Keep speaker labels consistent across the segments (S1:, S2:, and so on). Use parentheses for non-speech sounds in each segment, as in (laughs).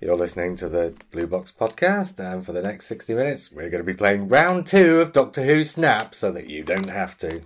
S1: You're listening to the Blue Box Podcast, and for the next 60 minutes, we're going to be playing round two of Doctor Who Snap so that you don't have to.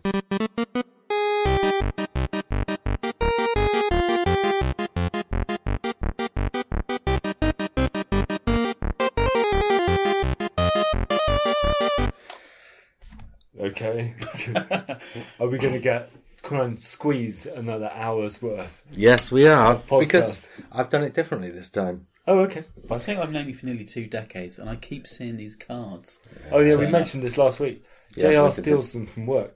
S2: Okay. (laughs) Are we going to get try and squeeze another hour's worth?
S1: Yes, we are,
S2: Podcast.
S1: because I've done it differently this time.
S2: Oh, okay.
S3: I think I've known you for nearly two decades, and I keep seeing these cards.
S2: Oh yeah, we mentioned this last week.
S1: Yeah, we
S2: Jr.
S1: did
S2: steals
S1: this.
S2: them from work,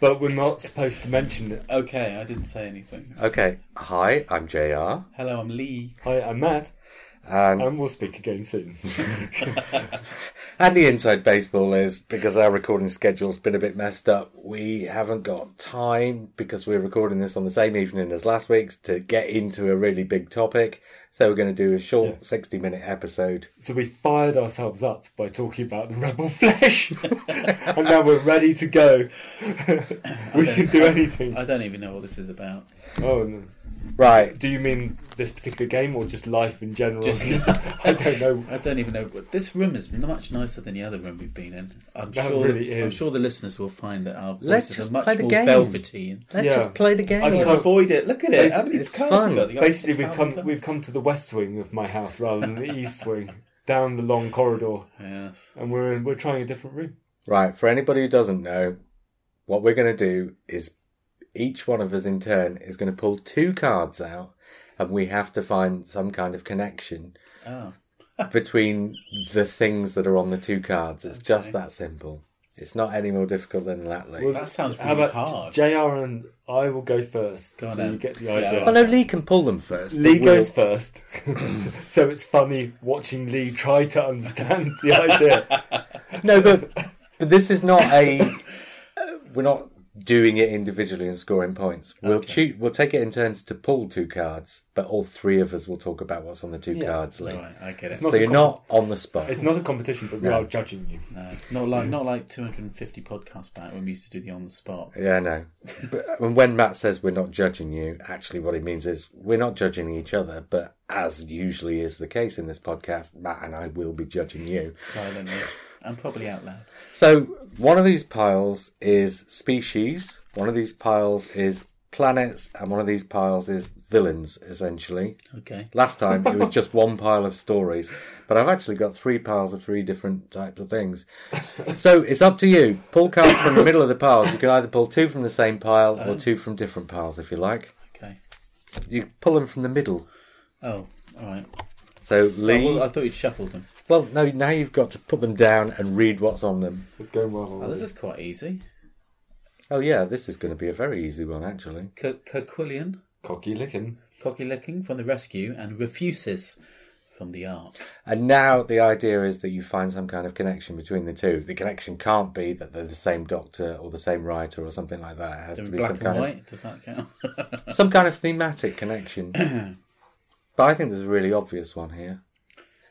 S2: but we're not supposed to mention it.
S3: Okay, I didn't say anything.
S1: Okay, hi, I'm JR.
S3: Hello, I'm Lee.
S2: Hi, I'm Matt,
S1: Um,
S2: and we'll speak again soon.
S1: and the inside baseball is because our recording schedule's been a bit messed up, we haven't got time because we're recording this on the same evening as last week's to get into a really big topic. So we're going to do a short 60 minute episode.
S2: so we fired ourselves up by talking about the rebel flesh, (laughs) and now we're ready to go. (laughs) we can do anything.
S3: I don't even know what this is about.
S2: Oh no.
S1: Right,
S2: Do you mean this particular game or just life in general?
S3: Just-
S2: (laughs) I don't
S1: (laughs)
S2: know.
S3: I don't even know. What, this room is much nicer than the other room we've been in. I'm
S2: That
S3: sure.
S2: really
S3: I'm
S2: is.
S3: sure the listeners will find that our
S1: Let's
S3: voices
S1: just
S3: are much
S1: play the
S3: more
S1: game.
S3: velvety. And,
S1: let's
S2: Yeah.
S1: just play the game.
S2: I can't-
S3: avoid it. Look at
S2: it.
S1: How many it's cards fun. you got? You
S2: Basically, we've come we've come to the west wing of my house rather than
S3: (laughs)
S2: the east wing, down the long corridor,
S3: Yes.
S2: and we're in, we're trying a different room.
S1: Right, for anybody who doesn't know, what we're going to do is each one of us in turn is going to pull two cards out and we have to find some kind of connection
S3: Oh.
S1: (laughs) between the things that are on the two cards. It's just
S3: Okay.
S1: that simple. It's not any more difficult than that, Lee.
S2: Well,
S3: That sounds
S2: How
S3: really
S2: about
S3: hard.
S2: Jr. and I will go first,
S3: Go on
S2: so
S3: then.
S2: you get the
S3: Yeah,
S2: idea.
S3: all
S1: well, no, Lee can pull them first. but
S2: Lee
S1: we'll-
S2: goes first, (laughs) so it's funny watching Lee try to understand the
S3: (laughs)
S2: idea.
S1: No, but but this is not a.
S2: (laughs)
S1: We're not doing it individually and scoring points. We'll choo- We'll take it in turns to pull two cards, but all three of us will talk about what's on the two
S2: Yeah.
S1: cards, Lee.
S3: Right, I get it.
S2: not-
S1: So you're not on the spot.
S2: It's not a competition, but we are judging you.
S3: No, Uh, not like not like 250 podcasts back when we used to do the on the spot.
S1: Yeah, I know. But uh, and when Matt says we're not judging you, actually, what he means is we're not judging each other. But as usually is the case in this podcast, Matt and I will be judging you.
S3: silently and probably out loud.
S1: So one of these piles is species, one of these piles is planets, and one of these piles is villains, essentially.
S3: Okay.
S1: Last time
S3: (laughs)
S1: it was just one pile of stories, but I've actually got three piles of three different types of things. So it's up to you. Pull cards from the middle of the piles. You can either pull two from the same pile or two from different piles if you like.
S3: Okay.
S1: You pull them from the middle.
S3: Oh, all right.
S1: So
S3: So,
S1: Lee,
S3: well, I thought you'd shuffled them.
S1: well, no, now you've got to put them down and read what's on them.
S2: It's going well.
S3: Oh, this
S2: already.
S3: is quite easy.
S1: Oh yeah, this is going to be a very easy one actually.
S3: Ker- Kerquillian,
S2: cocky licking.
S3: cocky licking from the rescue, and refuses from the ark.
S1: And now the idea is that you find some kind of connection between the two. The connection can't be that they're the same doctor or the same writer or something like that. It has to be
S3: Black
S1: some
S3: and
S1: kind of
S3: white. Does that count?
S1: some kind of thematic connection.
S3: (clears throat)
S1: but I think there's a really obvious one here.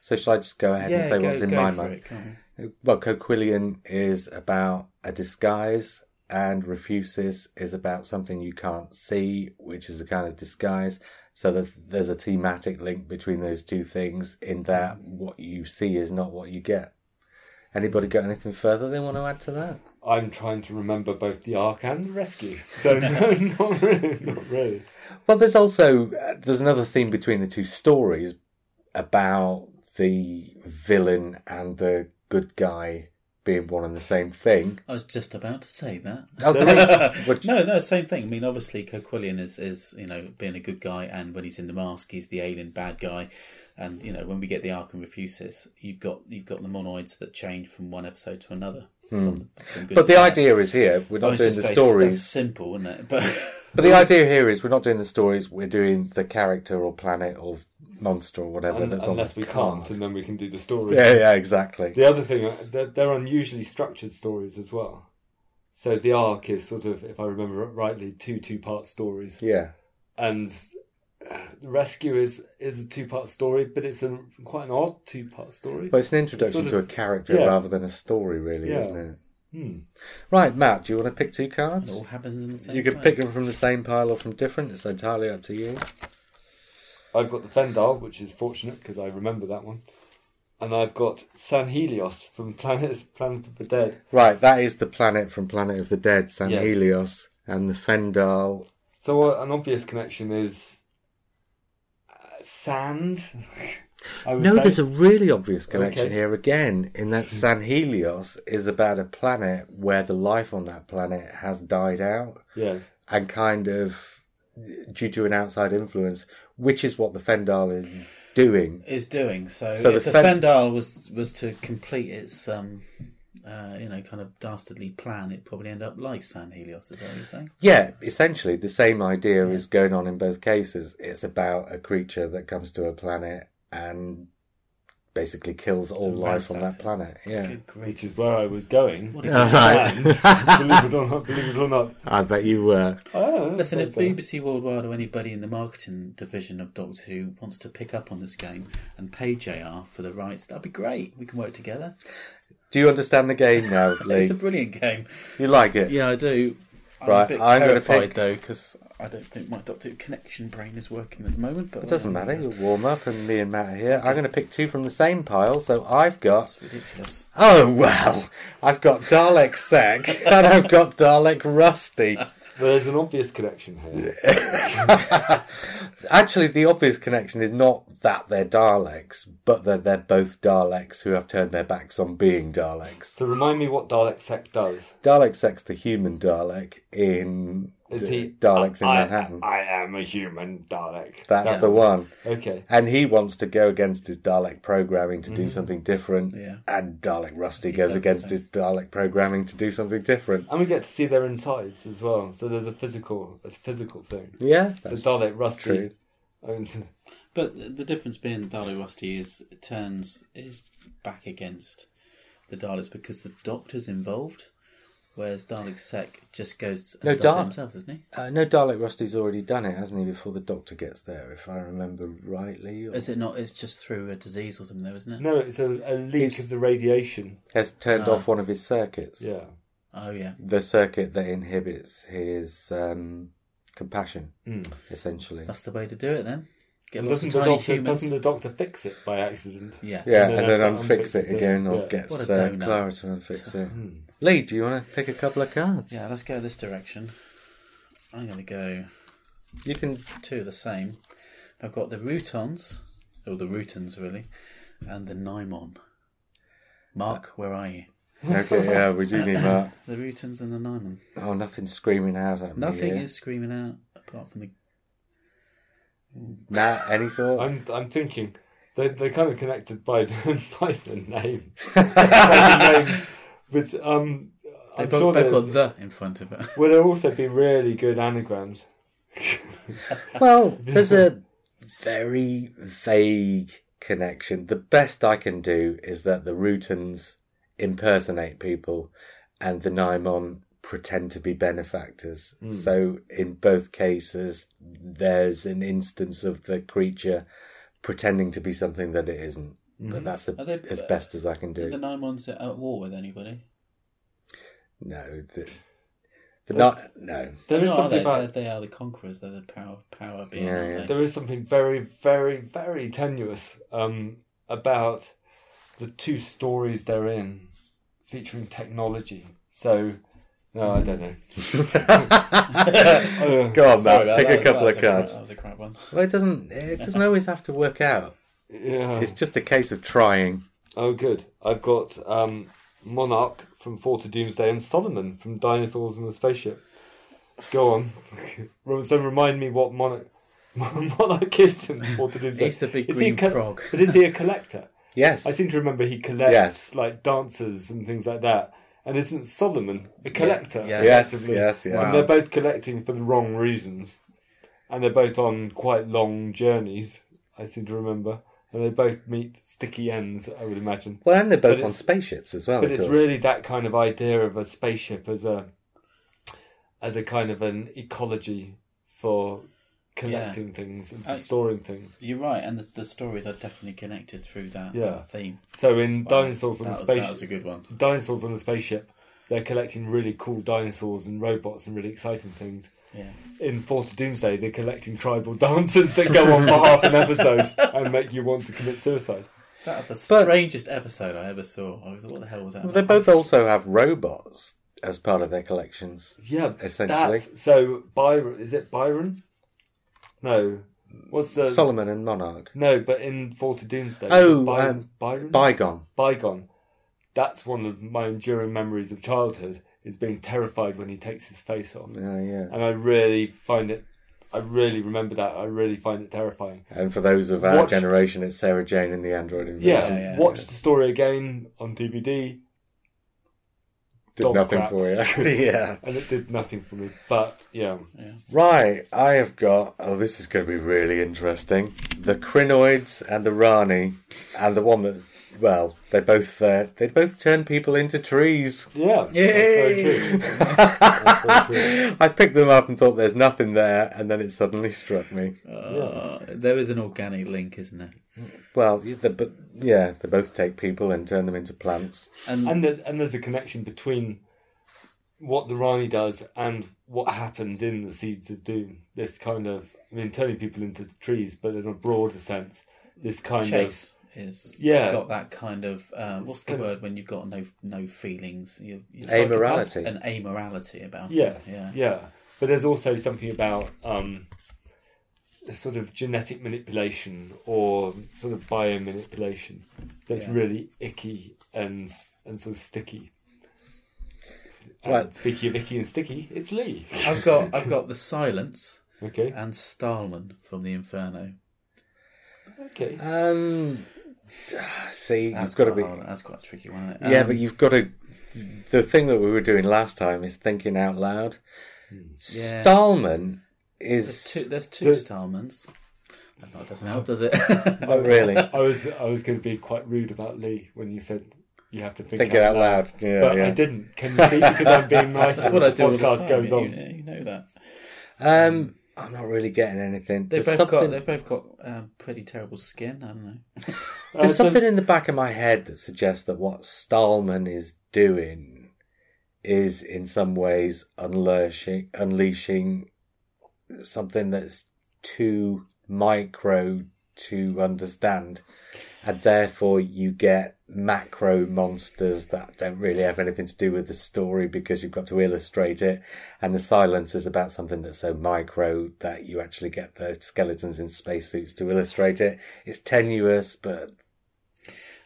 S1: So shall (laughs) I just go ahead and say what's in my
S3: for
S1: mind?
S3: it, come on.
S1: Well, Coquillian is about a disguise, and Refuses is about something you can't see, which is a kind of disguise. So that there's a thematic link between those two things. In that, what you see is not what you get. Anybody got anything further they want to add to that?
S2: I'm trying to remember both the arc and the rescue. So (laughs) no, not really, not really.
S1: Well, there's also uh, there's another theme between the two stories about the villain and the good guy being one and the same thing.
S3: I was just about to
S1: (laughs)
S3: say that.
S1: Okay, which-
S3: no, no, same thing. I mean, obviously, Kerquillian is, is, you know, being a good guy, and when he's in the mask, he's the alien bad guy. And you know, when we get the Ark and Refuses, you've got you've got the monoids that change from one episode to another. From, from good
S1: Hmm. but
S3: to
S1: the
S3: bad.
S1: idea is here we're
S3: I
S1: not
S3: mean,
S1: doing
S3: it's
S1: the
S3: just very- That's
S1: stories.
S3: simple, isn't it? (laughs) But
S1: But the idea here is we're not doing the stories. We're doing the character or planet or monster or whatever that's on.
S2: Unless
S1: the
S2: we
S1: card.
S2: can't, and then we can do the story.
S1: Yeah, yeah, exactly.
S2: The other thing, uh, they're, they're unusually structured stories as well. So the arc is sort of, if I remember it rightly, two two-part stories,
S1: Yeah,
S2: and uh, the rescue is is a two-part story, but it's a quite an odd two-part story.
S1: but it's an introduction
S2: Sort
S1: to a
S2: of-
S1: character
S2: yeah.
S1: rather than a story, really,
S2: Yeah.
S1: isn't it?
S2: Hmm.
S1: Right, Matt, do you want to pick two
S3: it
S1: cards?
S3: all happens in the same.
S1: You can
S3: place.
S1: pick them from the same pile or from different. It's entirely up to you.
S2: I've got the Vendal, which is fortunate because I remember that one. And I've got San Helios from (laughs) Planet Planet of the Dead.
S1: Right, that is the planet from Planet of the Dead, San
S2: Yes.
S1: Helios, and the Fendal.
S2: So uh, an obvious connection is uh, sand. (laughs) I would
S1: No,
S2: say.
S1: there's a really obvious connection
S2: Okay.
S1: here again, in that San Helios is about a planet where the life on that planet has died out.
S2: yes.
S1: and kind of due to an outside influence, which is what the Fendal is doing.
S3: is doing. So,
S1: So
S3: if
S1: the
S3: the,
S1: Fen-
S3: Fendal was was to complete its um, uh, you know, kind of dastardly plan, it'd probably end up like San Helios. Is that what you're saying?
S1: Yeah, essentially the same idea is going on in both cases. It's about a creature that comes to a planet and basically kills all
S3: And
S1: life on that
S3: ransacks it.
S1: planet. Yeah.
S3: Good grief!
S2: Which is where I was going.
S3: What a
S1: All
S3: good plan.
S2: believe
S1: right.
S2: it or not, believe it or not.
S1: (laughs) I bet you were.
S2: Oh,
S3: (laughs) Listen, if
S2: that's
S3: BBC Worldwide or anybody in the marketing division of Doctor Who wants to pick up on this game and pay JR for the rights, that'd be great. We can work together.
S1: Do you understand the game now, Lee?
S3: It's a brilliant game.
S1: You like it?
S3: Yeah, I do. I'm
S1: Right,
S3: a bit
S1: I'm gonna
S3: terrified
S1: pick-
S3: though because I don't think my Doctor Who connection brain is working at the moment. But
S1: It doesn't matter. You'll warm up, and me and Matt are here. I'm going to pick two from the same pile. So I've got
S3: It's ridiculous.
S1: Oh well, I've got Dalek Sec (laughs) and I've got Dalek Rusty. (laughs)
S2: Well, there's an obvious connection here.
S1: Actually, the obvious connection is not that they're Daleks, but that they're both Daleks who have turned their backs on being Daleks.
S2: So remind me what Dalek Sect does.
S1: Dalek Sec's the human Dalek in
S2: Is
S1: the
S2: he
S1: Daleks in
S2: I-
S1: Manhattan.
S2: I am a human Dalek.
S1: That's
S2: That
S1: the one.
S2: Okay.
S1: And he wants to go against his Dalek programming to do something different.
S3: Yeah.
S1: And Dalek Rusty
S3: He
S1: goes
S3: does the
S1: against
S3: same.
S1: his Dalek programming to do something different.
S2: And we get to see their insides as well. So there's a physical, it's a physical thing.
S1: Yeah,
S2: So
S1: that's
S2: Dalek Rusty.
S1: true.
S2: And,
S3: But the difference being Dalek Rusty is it turns is back against the Daleks because the Doctor's involved, whereas Dalek Sec just goes and
S1: No,
S3: does it
S1: Dal-
S3: himself, doesn't he?
S1: Uh, no, Dalek Rusty's already done it, hasn't he? Before the Doctor gets there, if I remember rightly, or
S3: Is it not? It's just through a disease or something, though, isn't it?
S2: no, it's a, a leak
S1: He's-
S2: of the radiation.
S1: has turned
S3: Ah.
S1: off one of his circuits.
S2: Yeah.
S3: Oh yeah,
S1: the circuit that inhibits his um, compassion,
S2: Mm.
S1: essentially.
S3: that's the way to do it then. Get lots
S2: Doesn't,
S3: of
S2: the
S3: tiny
S2: doctor,
S3: humans.
S2: doesn't the doctor fix it by accident?
S3: Yes.
S1: yeah, and
S2: So that's
S1: then
S2: the
S1: unfix
S2: unfixed
S1: it again, or
S2: thing, yeah.
S1: gets
S3: What a
S1: uh,
S3: donut.
S1: Clara to (laughs) unfix it.
S2: Hmm.
S1: Lee, do you want to pick a couple of cards?
S3: Yeah, let's go this direction. I'm going to go
S1: you can.
S3: two of the same. I've got the Routons, or the Routons really, and the Nymon. Mark,
S2: Uh,
S3: where are you?
S1: Okay, yeah, we do need that.
S3: The Routons and the Nymon.
S1: Oh, nothing's screaming out at me.
S3: Nothing
S1: here.
S3: is screaming out apart from the.
S1: Matt, any thoughts?
S2: I'm, I'm thinking they they're kind of connected by the, (laughs) by the name.
S3: (laughs)
S2: by the name. But um,
S3: They've,
S2: I'm
S3: got,
S2: sure
S3: they've
S2: they've
S3: got the in front
S2: (laughs)
S3: of it. (laughs)
S2: Well, there'll also be really good anagrams.
S3: (laughs)
S1: Well, there's a very vague connection. The best I can do is that the Rootons impersonate people and the Nymon pretend to be benefactors.
S3: Hmm.
S1: So in both cases, there's an instance of the creature pretending to be something that it isn't. But that's a,
S3: Mm-hmm. Are they-
S1: as best as I can
S3: Are the
S1: do.
S3: Nymons at war with anybody?
S1: No, the, the not,
S2: That's-
S1: no.
S2: There is
S3: No, are
S2: something
S3: they?
S2: about
S3: They, they are the conquerors. They're the power power being.
S1: Yeah,
S3: aren't
S1: yeah.
S3: they?
S2: there is something very, very, very tenuous um, about the two stories they're in, featuring technology. So, no, I don't know.
S1: (laughs)
S2: Uh,
S1: Go on,
S3: Sorry
S1: Matt.
S3: about
S1: Pick
S3: that,
S1: a couple
S3: that
S1: of
S3: was crap-
S1: cards.
S3: That was a crap one.
S1: Well, it doesn't. It doesn't always have to work out.
S2: yeah.
S1: It's just a case of trying.
S2: Oh, good. I've got um, Monarch from Four to Doomsday and Solomon from Dinosaurs and the Spaceship. Go on. (laughs) Ro- so remind me what Monarch, (laughs) Monarch is in Four to Doomsday.
S3: He's the big
S2: he
S3: green
S2: a
S3: frog.
S2: But is he a collector?
S1: Yes,
S2: I seem to remember he collects
S1: Yes.
S2: like dancers and things like that. And isn't Solomon a collector?
S3: yeah.
S1: Yes,
S2: effectively?
S1: yes, yes.
S2: And they're both collecting for the wrong reasons. And they're both on quite long journeys, I seem to remember. And they both meet sticky ends, I would imagine.
S1: well, and they're both
S2: But
S1: on
S2: it's-
S1: spaceships as well.
S2: But
S1: of
S2: it's
S1: course.
S2: really that kind of idea of a spaceship as a as a kind of an ecology for collecting things and for
S3: Uh,
S2: storing things.
S3: You're right, and the, the stories are definitely connected through that
S2: Yeah.
S3: theme.
S2: So in
S3: Wow,
S2: dinosaurs on
S3: that
S2: the
S3: was, That was a
S2: spaceship,
S3: good one.
S2: dinosaurs on the spaceship, they're collecting really cool dinosaurs and robots and really exciting things.
S3: Yeah.
S2: In Fort of Doomsday, they're collecting tribal (laughs) dancers that go on for half an episode and make you want to commit suicide.
S3: That's the
S1: But-
S3: strangest episode I ever saw. I was like, what the hell was that?
S1: Well, they
S3: about?
S1: both also have robots as part of their collections.
S2: Yeah,
S1: Essentially.
S2: That's, so Byron is it Byron? No, what's the
S1: Solomon and Monarch.
S2: no? But in Fort of Doomsday,
S1: Oh,
S2: By-
S1: um,
S2: Byron,
S1: Bygone.
S2: Bygone. That's one of my enduring memories of childhood is being terrified when he takes his face off,
S1: Oh, yeah.
S2: and I really find it. I really remember that. I really find it terrifying.
S1: And for those of our
S2: Watch-
S1: generation, it's Sarah Jane and the Android Invasion.
S2: yeah,
S3: Yeah, yeah,
S2: watch the story again on DVD,
S1: Did
S2: dog
S1: nothing
S2: crap.
S1: for
S2: (laughs)
S1: you. yeah.
S2: and it did nothing for me. But yeah,
S1: Right, I have got. Oh, this is going to be really interesting. The crinoids and the Rani, and the one that, well, they both uh, they both turn people into trees.
S2: yeah,
S1: Yay!
S2: That's very true. That's very true.
S1: I picked them up and thought there's nothing there, and then it suddenly (laughs) struck me.
S3: Uh, There is an organic link, isn't there?
S1: Well, the, but yeah, they both take people and turn them into plants.
S3: And,
S2: And there, and there's a connection between what the Rani does and what happens in the Seeds of Doom. This kind of, I mean, turning people into trees, but in a broader sense, this kind of.
S3: Chase is
S2: Yeah.
S3: got that kind of um, what's the
S2: kind of-
S3: word when you've got no no feelings, you you
S1: Amorality.
S3: an amorality about
S2: Yes,
S3: it.
S2: yeah.
S3: Yeah.
S2: But there's also something about um, a sort of genetic manipulation or sort of biomanipulation that's
S3: Yeah.
S2: really icky and and sort of sticky. And
S1: Right.
S2: Speaking of icky and sticky, it's Lee.
S3: I've got I've got the silence
S2: Okay.
S3: and Starman from the Inferno.
S2: Okay.
S1: Um, see,
S3: That's
S1: you've got to
S3: quite
S1: be.
S3: hard. that's quite a tricky one. Isn't it?
S1: Yeah,
S3: Um,
S1: but you've got to. The thing that we were doing last time is thinking out loud.
S3: Yeah.
S1: Stallman
S3: there's
S1: is
S3: two, there's two
S2: There's-
S3: Starmans. That not- doesn't help, does it? (laughs)
S1: not Oh, (laughs) really
S2: I was I was going to be quite rude about Lee when you said you have to think,
S1: think it out loud. Yeah,
S2: but
S1: yeah.
S2: I didn't. Can you see? Because I'm
S1: (laughs)
S2: being nice.
S3: That's what I
S2: the
S3: do. all the
S2: podcast
S3: time,
S2: goes
S3: you-
S2: on.
S3: You, know that
S1: Um, I'm not really getting anything.
S3: they've
S1: There's
S3: both got
S1: something,
S3: they've both got um, pretty terrible skin, haven't
S2: Uh,
S3: they?
S2: so-
S1: there's something in the back of my head that suggests that what Stallman is doing is in some ways unleashing unleashing something that's too micro to understand, and therefore you get macro monsters that don't really have anything to do with the story because you've got to illustrate it, and the silence is about something that's so micro that you actually get the skeletons in spacesuits to illustrate it. It's tenuous, but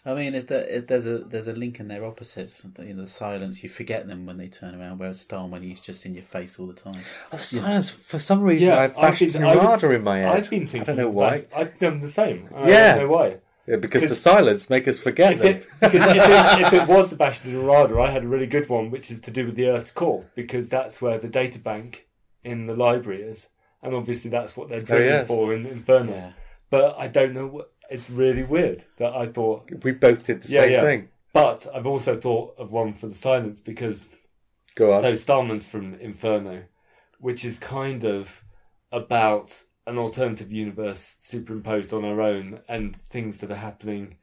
S3: I mean, is there, is there's a there's a link in their opposites. You know, the silence you forget them when they turn around, whereas Starman he's just in your face all the time.
S1: Oh, silence. For some reason,
S2: Yeah,
S1: I flashed
S2: been- I was-
S1: Narada in my head.
S2: I've been thinking.
S1: I don't know
S2: of
S1: why.
S2: that. I've done the same. I
S1: Yeah.
S2: don't know why.
S1: Yeah, because the
S2: Because-
S1: silence make us forget
S2: If
S1: them.
S2: it, because if, it, if it was Sebastian Dorado, I had a really good one, which is to do with the Earth's core, because that's where the data bank in the library is, and obviously that's what they're drilling
S1: Oh, yes.
S2: for in Inferno.
S3: Yeah.
S2: But I don't know. what It's really weird that I thought.
S1: We both did the
S2: Yeah,
S1: same
S2: yeah.
S1: thing.
S2: But I've also thought of one for the silence because
S1: Go on.
S2: So Starman's from Inferno, which is kind of about an alternative universe superimposed on our own and things that are happening,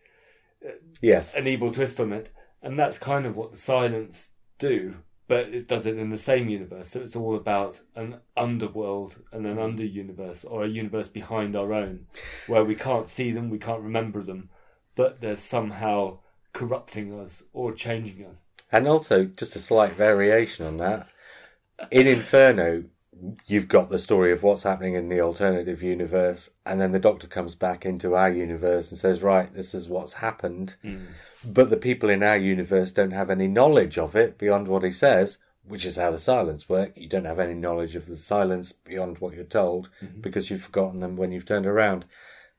S1: yes.
S2: an evil twist on it. And that's kind of what the Silence do, but it does it in the same universe. So it's all about an underworld and an under universe or a universe behind our own where we can't see them, we can't remember them, but they're somehow corrupting us or changing us.
S1: And also, just a slight variation on that. In Inferno, you've got the story of what's happening in the alternative universe, and then the Doctor comes back into our universe and says, Right, this is what's happened. But the people in our universe don't have any knowledge of it beyond what he says, which is how the silence work. You don't have any knowledge of the silence beyond what you're told because you've forgotten them when you've turned around.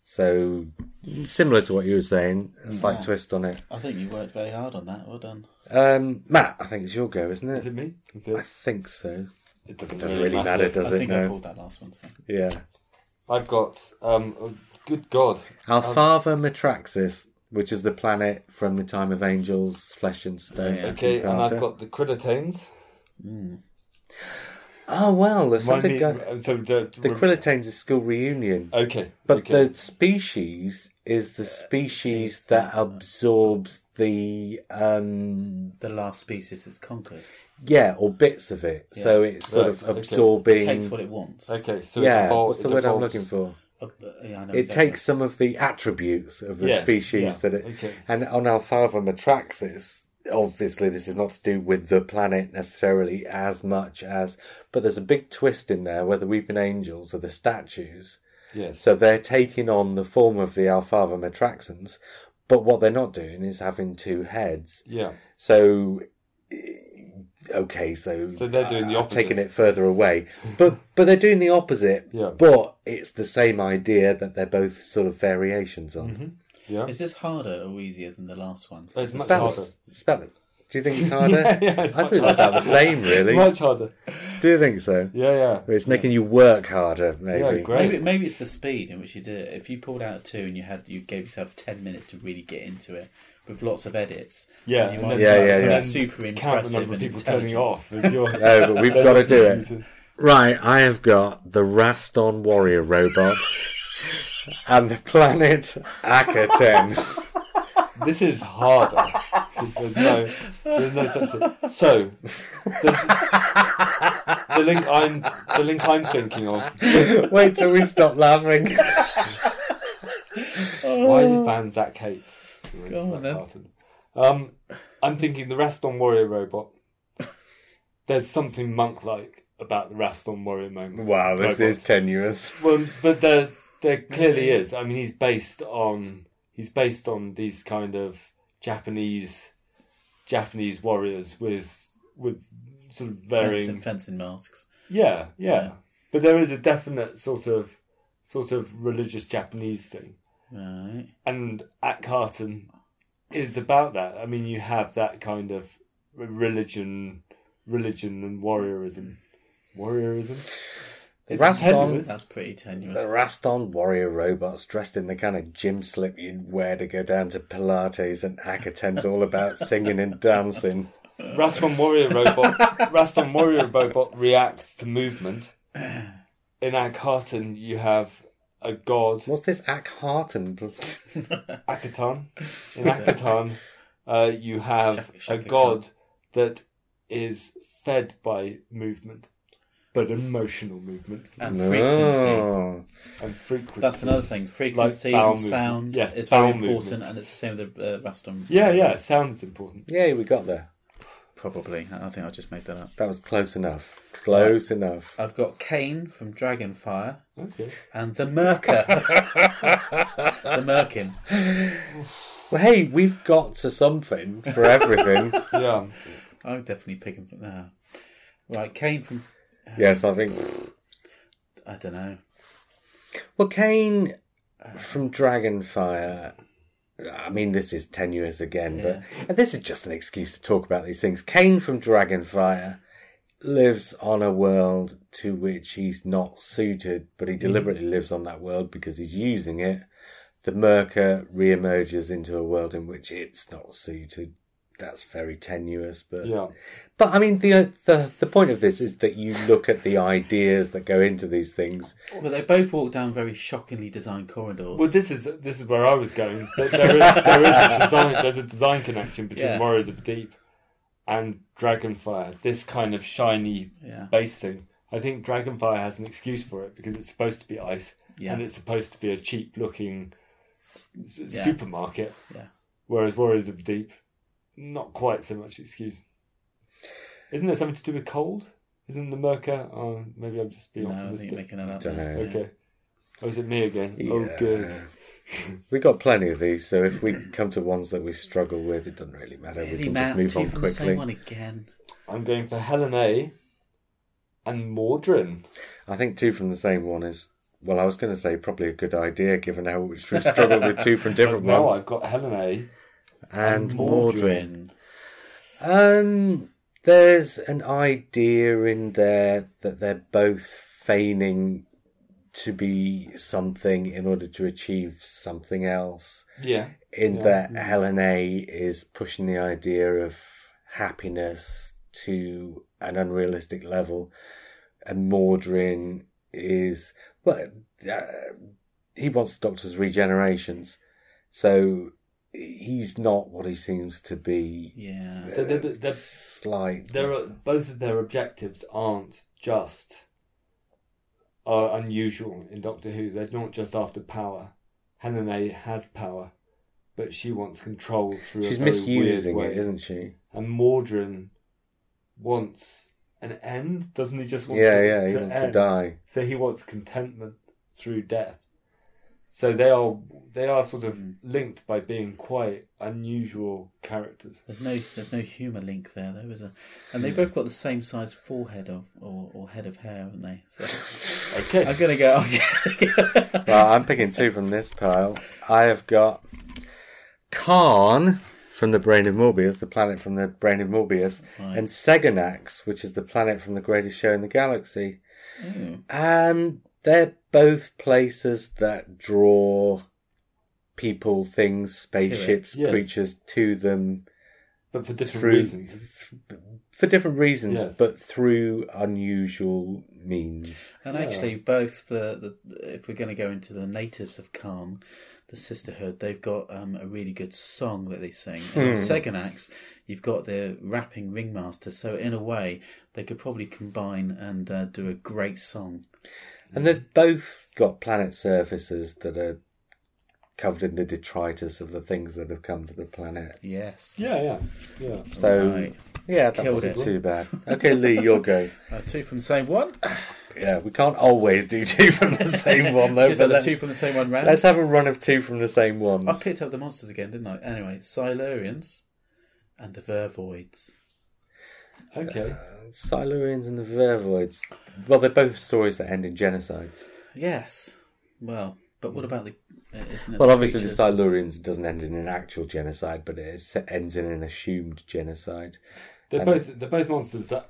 S1: So, similar to what you were saying, a slight twist on it.
S3: I think you worked very hard on that. Well done.
S1: Um, Matt, I think it's your go, isn't it?
S2: Is it me?
S1: I think so.
S2: It doesn't,
S1: Doesn't really matter, does
S3: I
S1: it?
S3: think I
S1: No.
S3: pulled that last one. so.
S1: Yeah.
S2: I've got um, oh, good God,
S3: Um,
S1: Alfava Matraxis, which is the planet from the time of angels, flesh and stone.
S3: Oh, yeah.
S2: okay, and
S1: Carter.
S2: I've got the Quillitanes.
S1: Oh well, there's
S2: Mind
S1: something.
S2: me,
S1: go-
S2: so the,
S3: Uh,
S1: the Quillitanes is school reunion,
S2: Okay,
S1: but
S2: okay.
S1: the species is the species that absorbs the um
S3: the last species that's conquered.
S1: yeah or bits of it. So it's sort of
S2: Right, okay.
S1: absorbing.
S3: It takes what it wants.
S2: Okay, so it
S1: yeah,
S2: devolves-
S1: what's the
S2: it
S1: word I'm
S2: devolves-
S1: looking for?
S3: Uh, yeah, I know
S1: It
S3: exactly.
S1: takes some of the attributes of the
S2: Yes,
S1: species
S2: yeah,
S1: that it
S2: okay.
S1: and on Alfalfa Matraxis. Obviously, this is not to do with the planet necessarily as much as, but there's a big twist in there. Whether we've been angels or the statues,
S2: Yes.
S1: so they're taking on the form of the Alfalfa Matraxans, but what they're not doing is having two heads.
S2: yeah.
S1: So, eh, okay, so
S2: So they're doing the
S1: Uh, I've
S2: opposite.
S1: taken it further away, but but they're doing the opposite.
S2: Yeah.
S1: But it's the same idea that they're both sort of variations
S2: Mm-hmm.
S1: on.
S2: Yeah.
S3: Is this harder or easier than the last one?
S2: It's much
S1: Sounds-
S2: harder.
S1: spell it. Do you think it's harder?
S2: (laughs) Yeah, yeah, it's
S1: I
S2: much
S1: thought it was
S2: harder.
S1: about the same, really.
S2: Much harder.
S1: Do you think so?
S2: Yeah, yeah.
S1: It's making you work harder, maybe.
S2: Yeah, great.
S3: Maybe maybe it's the speed in which you do it. If you pulled out a two and you had you gave yourself ten minutes to really get into it with lots of edits,
S2: Yeah,
S3: you
S2: and
S3: might
S2: then-
S1: Yeah,
S3: be
S1: yeah,
S3: something
S1: yeah.
S3: super
S2: Count the
S3: impressive
S2: number of
S3: and
S2: people turning
S3: intelligent.
S2: off. As
S1: (laughs)
S2: your,
S1: No,
S2: (laughs)
S1: but we've got to do it.
S2: To,
S1: Right, I have got the Raston warrior robot and the planet
S2: (laughs)
S1: Akaten.
S2: this is harder. there's no, there's no such thing. So, the, the link I'm, the link I'm thinking of.
S1: Wait till we stop laughing.
S2: Why are you fans Zach Hate?
S3: Go on, then.
S2: Um, I'm thinking the Raston Warrior robot. There's something monk-like about the Raston Warrior moment.
S1: Wow, this
S2: robot.
S1: is tenuous.
S2: Well, but there, there clearly is. I mean, he's based on he's based on these kind of Japanese Japanese warriors with with sort of
S3: Fence
S2: varying.
S3: and fencing masks.
S2: Yeah, yeah,
S3: Yeah.
S2: But there is a definite sort of sort of religious Japanese thing,
S3: Right.
S2: and at Carton is about that. I mean, you have that kind of religion, religion and warriorism, warriorism. It's
S1: Raston-
S2: tenuous.
S3: That's pretty tenuous.
S1: The Raston warrior robots dressed in the kind of gym slip you'd wear to go down to Pilates and Akaten's all about singing and dancing.
S2: Raston Warrior Robot Raston Warrior Robot reacts to movement. In Akhenaten, you have a god
S1: What's this Akhenaten?
S2: Akatan. In Akatan, uh, you have
S3: Shaka- Shaka
S2: a god that is fed by movement, but emotional movement
S3: and frequency.
S1: Oh.
S2: and frequency.
S3: Uh, That's another thing. Frequency
S2: bowel
S3: and
S2: movement.
S3: sound
S2: Yes,
S3: is very
S2: bowel
S3: important,
S2: movements.
S3: and it's the same with the uh, Raston.
S2: Yeah, yeah. Sounds important.
S1: Yay, we got there.
S3: Probably. I I think I just made that up.
S1: That was close enough. Close enough.
S3: I've got Kane from Dragonfire
S2: Okay.
S3: and
S2: (laughs)
S3: the Merker. the Merkin.
S1: Well, hey, we've got to something for everything.
S2: Yeah.
S3: I'm definitely picking from there. Right, Kane from
S1: yes, I think.
S3: I don't know.
S1: Well, Kane from Dragonfire. I mean, this is tenuous again, but and this is just an excuse to talk about these things. Kane from Dragonfire lives on a world to which he's not suited, but he deliberately lives on that world because he's using it. The Merker reemerges into a world in which it's not suited. That's very tenuous, but
S2: Yeah.
S1: but I mean the uh, the the point of this is that you look at the ideas that go into these things
S3: Well, they both walk down very shockingly designed corridors.
S2: Well, this is this is where I was going. But there, is, there is a design. There's a design connection between
S3: Yeah.
S2: Warriors of the Deep and Dragonfire. This kind of shiny
S3: Yeah.
S2: base thing. I think Dragonfire has an excuse for it because it's supposed to be ice
S3: Yeah.
S2: and it's supposed to be a cheap-looking s-
S3: Yeah.
S2: supermarket.
S3: Yeah.
S2: Whereas Warriors of the Deep, not quite so much excuse. Isn't there something to do with cold? Isn't the Merca? Oh, maybe I'm just being
S3: no, I think
S2: optimistic.
S3: you're making that up.
S1: Don't know.
S3: Yeah.
S2: Okay. Oh, is it me again? Oh,
S1: Yeah.
S2: good.
S1: We got plenty of these, so if we come to ones that we struggle with, it doesn't really matter. we
S3: Really,
S1: can
S3: Matt,
S1: just
S3: two
S1: move on
S3: from the same one
S1: quickly.
S3: again.
S2: I'm going for Helen A and Mordrin.
S1: I think two from the same one is well, I was going to say probably a good idea, given how much we've (laughs) struggled with two from different
S2: Now
S1: ones.
S2: I've got Helen A.
S1: And Mordred.
S3: Mordrin.
S1: Um, there's an idea in there that they're both feigning to be something in order to achieve something else.
S2: Yeah.
S1: in
S2: Yeah. Mm.
S1: that Helen A is pushing the idea of happiness to an unrealistic level, and Mordrin is well, uh, he wants Doctor's regenerations. So he's not what he seems to be.
S3: Yeah.
S2: So they're- they're-
S1: slight.
S2: There are both of their objectives aren't just are unusual in Doctor Who. They're not just after power. Helena has power, but she wants control through
S1: She's
S2: a very
S1: misusing
S2: weird way.
S1: it, isn't she?
S2: and Mordrin wants an end. Doesn't he just want
S1: Yeah,
S2: to,
S1: yeah. He
S2: to
S1: wants to
S2: end?
S1: die.
S2: So he wants contentment through death. So they are they are sort
S1: Hmm.
S2: of linked by being quite unusual characters.
S3: There's no there's no humour link there though, is there? And they both got the same size forehead of or, or head of hair, haven't they? So
S2: Okay.
S3: I'm gonna go. (laughs) I'm gonna go.
S1: Well, I'm picking two from this pile. I have got Khan from the Brain of Morbius, the planet from the Brain of Morbius,
S3: Right.
S1: and Seganax, which is the planet from the Greatest Show in the Galaxy.
S2: Hmm.
S3: Oh,
S1: And they're both places that draw people, things, spaceships,
S2: yes.
S1: creatures to them
S2: But for different
S1: through
S2: reasons.
S1: for different reasons,
S2: Yes.
S1: but through unusual means.
S3: And actually, both the, the if we're going to go into the natives of Khan, the sisterhood, they've got um, a really good song that they sing. And on Seganax, you've got the rapping ringmaster. So in a way, they could probably combine and uh, do a great song.
S1: And they've both got planet surfaces that are covered in the detritus of the things that have come to the planet.
S3: Yes.
S2: Yeah, yeah. Yeah.
S1: So
S3: Right.
S1: yeah, that
S3: Killed
S1: wasn't
S3: it.
S1: too bad. Okay, Lee, your go.
S3: Uh, two from the same one.
S1: Yeah, we can't always do two from the same one though.
S3: Just
S1: but
S3: have the
S1: let's,
S3: two from the same one round.
S1: let's have a run of two from the same ones.
S3: I picked up the monsters again, didn't I? Anyway, Silurians and the Vervoids.
S2: Okay.
S1: Silurians and the Vervoids. Well, they're both stories that end in genocides.
S3: Yes. Well, but what about the? uh, Isn't it
S1: Well,
S3: the
S1: obviously, the
S3: creatures?
S1: Silurians doesn't end in an actual genocide, but it is, ends in an assumed genocide.
S2: They're
S1: And-
S2: both they're both monsters that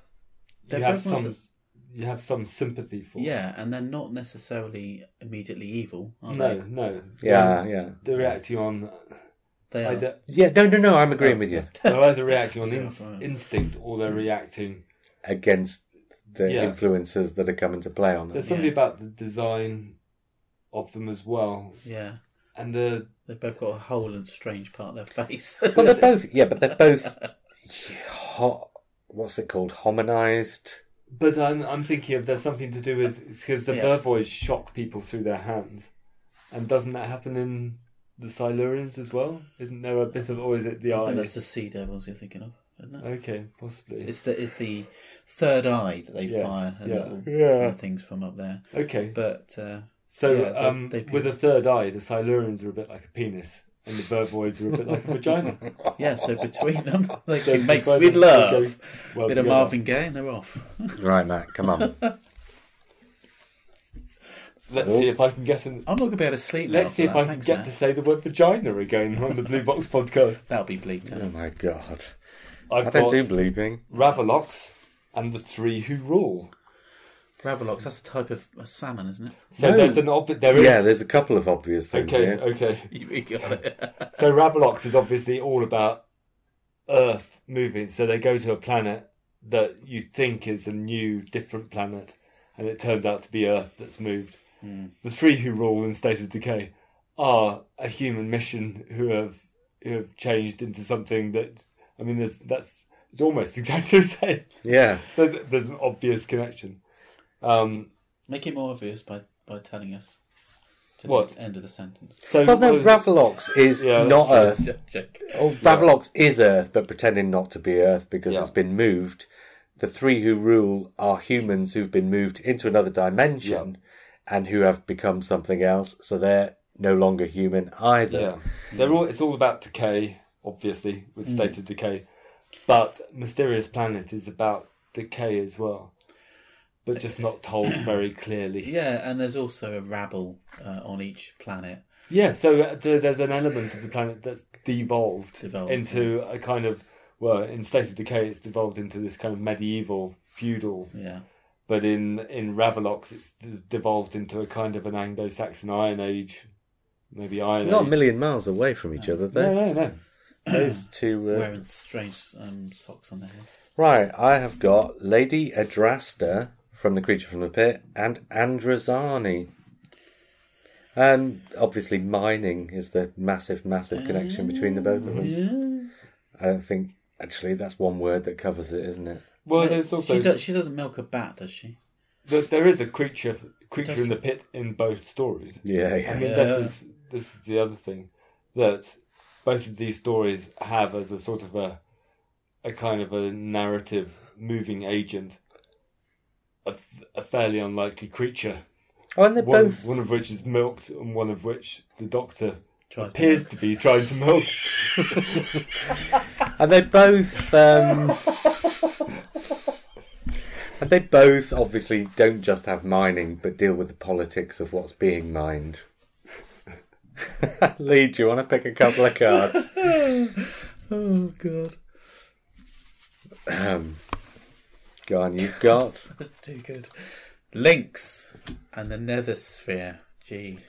S3: They're
S2: you have
S3: both
S2: some
S3: monsters.
S2: you have some sympathy for.
S3: Yeah, and they're not necessarily immediately evil, are
S2: No,
S3: they?
S2: no.
S1: Yeah,
S2: They're-
S1: yeah.
S2: They're reacting on
S3: They are.
S2: either,
S1: Yeah, no, no, no, I'm
S3: Oh.
S1: agreeing with you.
S2: they're either reacting on
S1: (laughs)
S3: See, I
S2: inst-
S3: thought-
S2: instinct or they're reacting
S1: Against the
S2: Yeah.
S1: influences that are coming to play on them.
S2: There's something
S3: Yeah.
S2: about the design of them as well,
S3: (laughs) Yeah,
S2: and the
S3: they've both got a hole and strange part of their face. (laughs)
S1: But they're both, yeah, but they're both hot, what's it called? Hominized.
S2: but I'm I'm thinking of there's something to do with because the
S3: Yeah.
S2: Vervoids shock people through their hands, and doesn't that happen in the Silurians as well? Isn't there a bit of or is it the
S3: I think
S2: eye?
S3: that's the sea devils you're thinking of, isn't it?
S2: Okay, possibly.
S3: It's the, it's the third eye that they
S2: Yes,
S3: fire and
S2: yeah.
S3: little
S1: Yeah.
S3: kind of things from up there.
S2: Okay,
S3: But uh,
S2: so
S3: yeah, they-
S2: um,
S3: they've
S2: with a
S3: been-
S2: third eye, the Silurians are a bit like a penis, and the Vervoids are a bit like a
S3: (laughs)
S2: vagina.
S3: yeah, so between them, (laughs) they
S2: So
S3: can make
S2: both of
S3: sweet
S2: them
S3: love.
S2: go well
S3: Bit of
S2: together.
S3: Marvin Gaye and they're off.
S1: Right, Matt, come
S2: (laughs)
S1: on.
S2: Let's see if I can get in.
S3: I'm not gonna be able to sleep. now
S2: Let's
S3: for
S2: see if
S3: that.
S2: I can
S3: Thanks,
S2: get
S3: Matt.
S2: to say the word vagina again on the Blue Box podcast.
S3: That'll be bleak.
S1: oh my god.
S2: I've
S1: I don't
S2: got
S1: do bleeping.
S2: Ravelox and the Three Who Rule.
S3: Ravelox, that's a type of a salmon, isn't
S2: So
S1: No.
S2: there's an ob- there is
S1: Yeah, there's a couple of obvious things
S2: okay
S1: here.
S2: okay. (laughs)
S3: it? You got it.
S2: So Ravelox is obviously all about Earth moving. So they go to a planet that you think is a new, different planet, and it turns out to be Earth that's moved.
S3: Hmm.
S2: The Three Who Rule in State of Decay are a human mission who have who have changed into something that I mean, there's that's it's almost (laughs) exactly the same.
S1: Yeah.
S2: There's, there's an obvious connection. Um,
S3: Make it more obvious by, by telling us to
S2: What?
S3: the end of the sentence.
S2: so
S1: Well, no,
S2: well,
S1: Ravelox is
S2: Yeah, that's
S1: not
S2: true.
S1: Earth.
S3: Check.
S1: Oh, Bavelox is Earth, but pretending not to be Earth because
S2: Yeah.
S1: it's been moved. The three who rule are humans who've been moved into another dimension and who have become something else, so they're no longer human either.
S2: Yeah, they're all. It's all about decay, obviously, with state of decay. But mysterious planet is about decay as well, but just not told very clearly.
S3: Yeah, and there's also a rabble uh, on each planet.
S2: Yeah, so uh, there- there's an element of the planet that's devolved,
S3: Devolved,
S2: into a kind of well, in state of decay, it's devolved into this kind of medieval feudal.
S3: Yeah.
S2: But in in Ravelox, it's d- devolved into a kind of an Anglo-Saxon Iron Age, maybe Iron
S1: Not a
S2: Age.
S1: million miles away from each other,
S2: No,
S1: though.
S2: no, no.
S1: Those two. Uh...
S3: Wearing strange um, socks on their heads.
S1: Right, I have got Lady Adrasta from The Creature from the Pit and Androzani. And Um, obviously, mining is the massive, massive connection between the both of them.
S3: Yeah.
S1: I don't think actually that's one word that covers it, isn't it?
S2: Well, there's also
S3: she, does, she doesn't milk a bat, does she?
S2: th- there is a creature creature in the pit in both stories.
S1: Yeah,
S2: I
S1: yeah.
S2: mean, this is this is the other thing that both of these stories have as a sort of a a kind of a narrative moving agent, a, f- a fairly unlikely creature.
S1: Oh, and they're
S2: One,
S1: both.
S2: one of which is milked, and one of which the doctor
S3: Tries to
S2: appears to be trying to milk.
S1: And they both. Um, (laughs) and they both obviously don't just have mining, but deal with the politics of what's being mined. (laughs) Lee, do you want to pick a couple of cards?
S3: Oh god,
S1: Um, go on, you've got.
S3: (laughs) that's too good. Lynx and the Nether Sphere. Gee,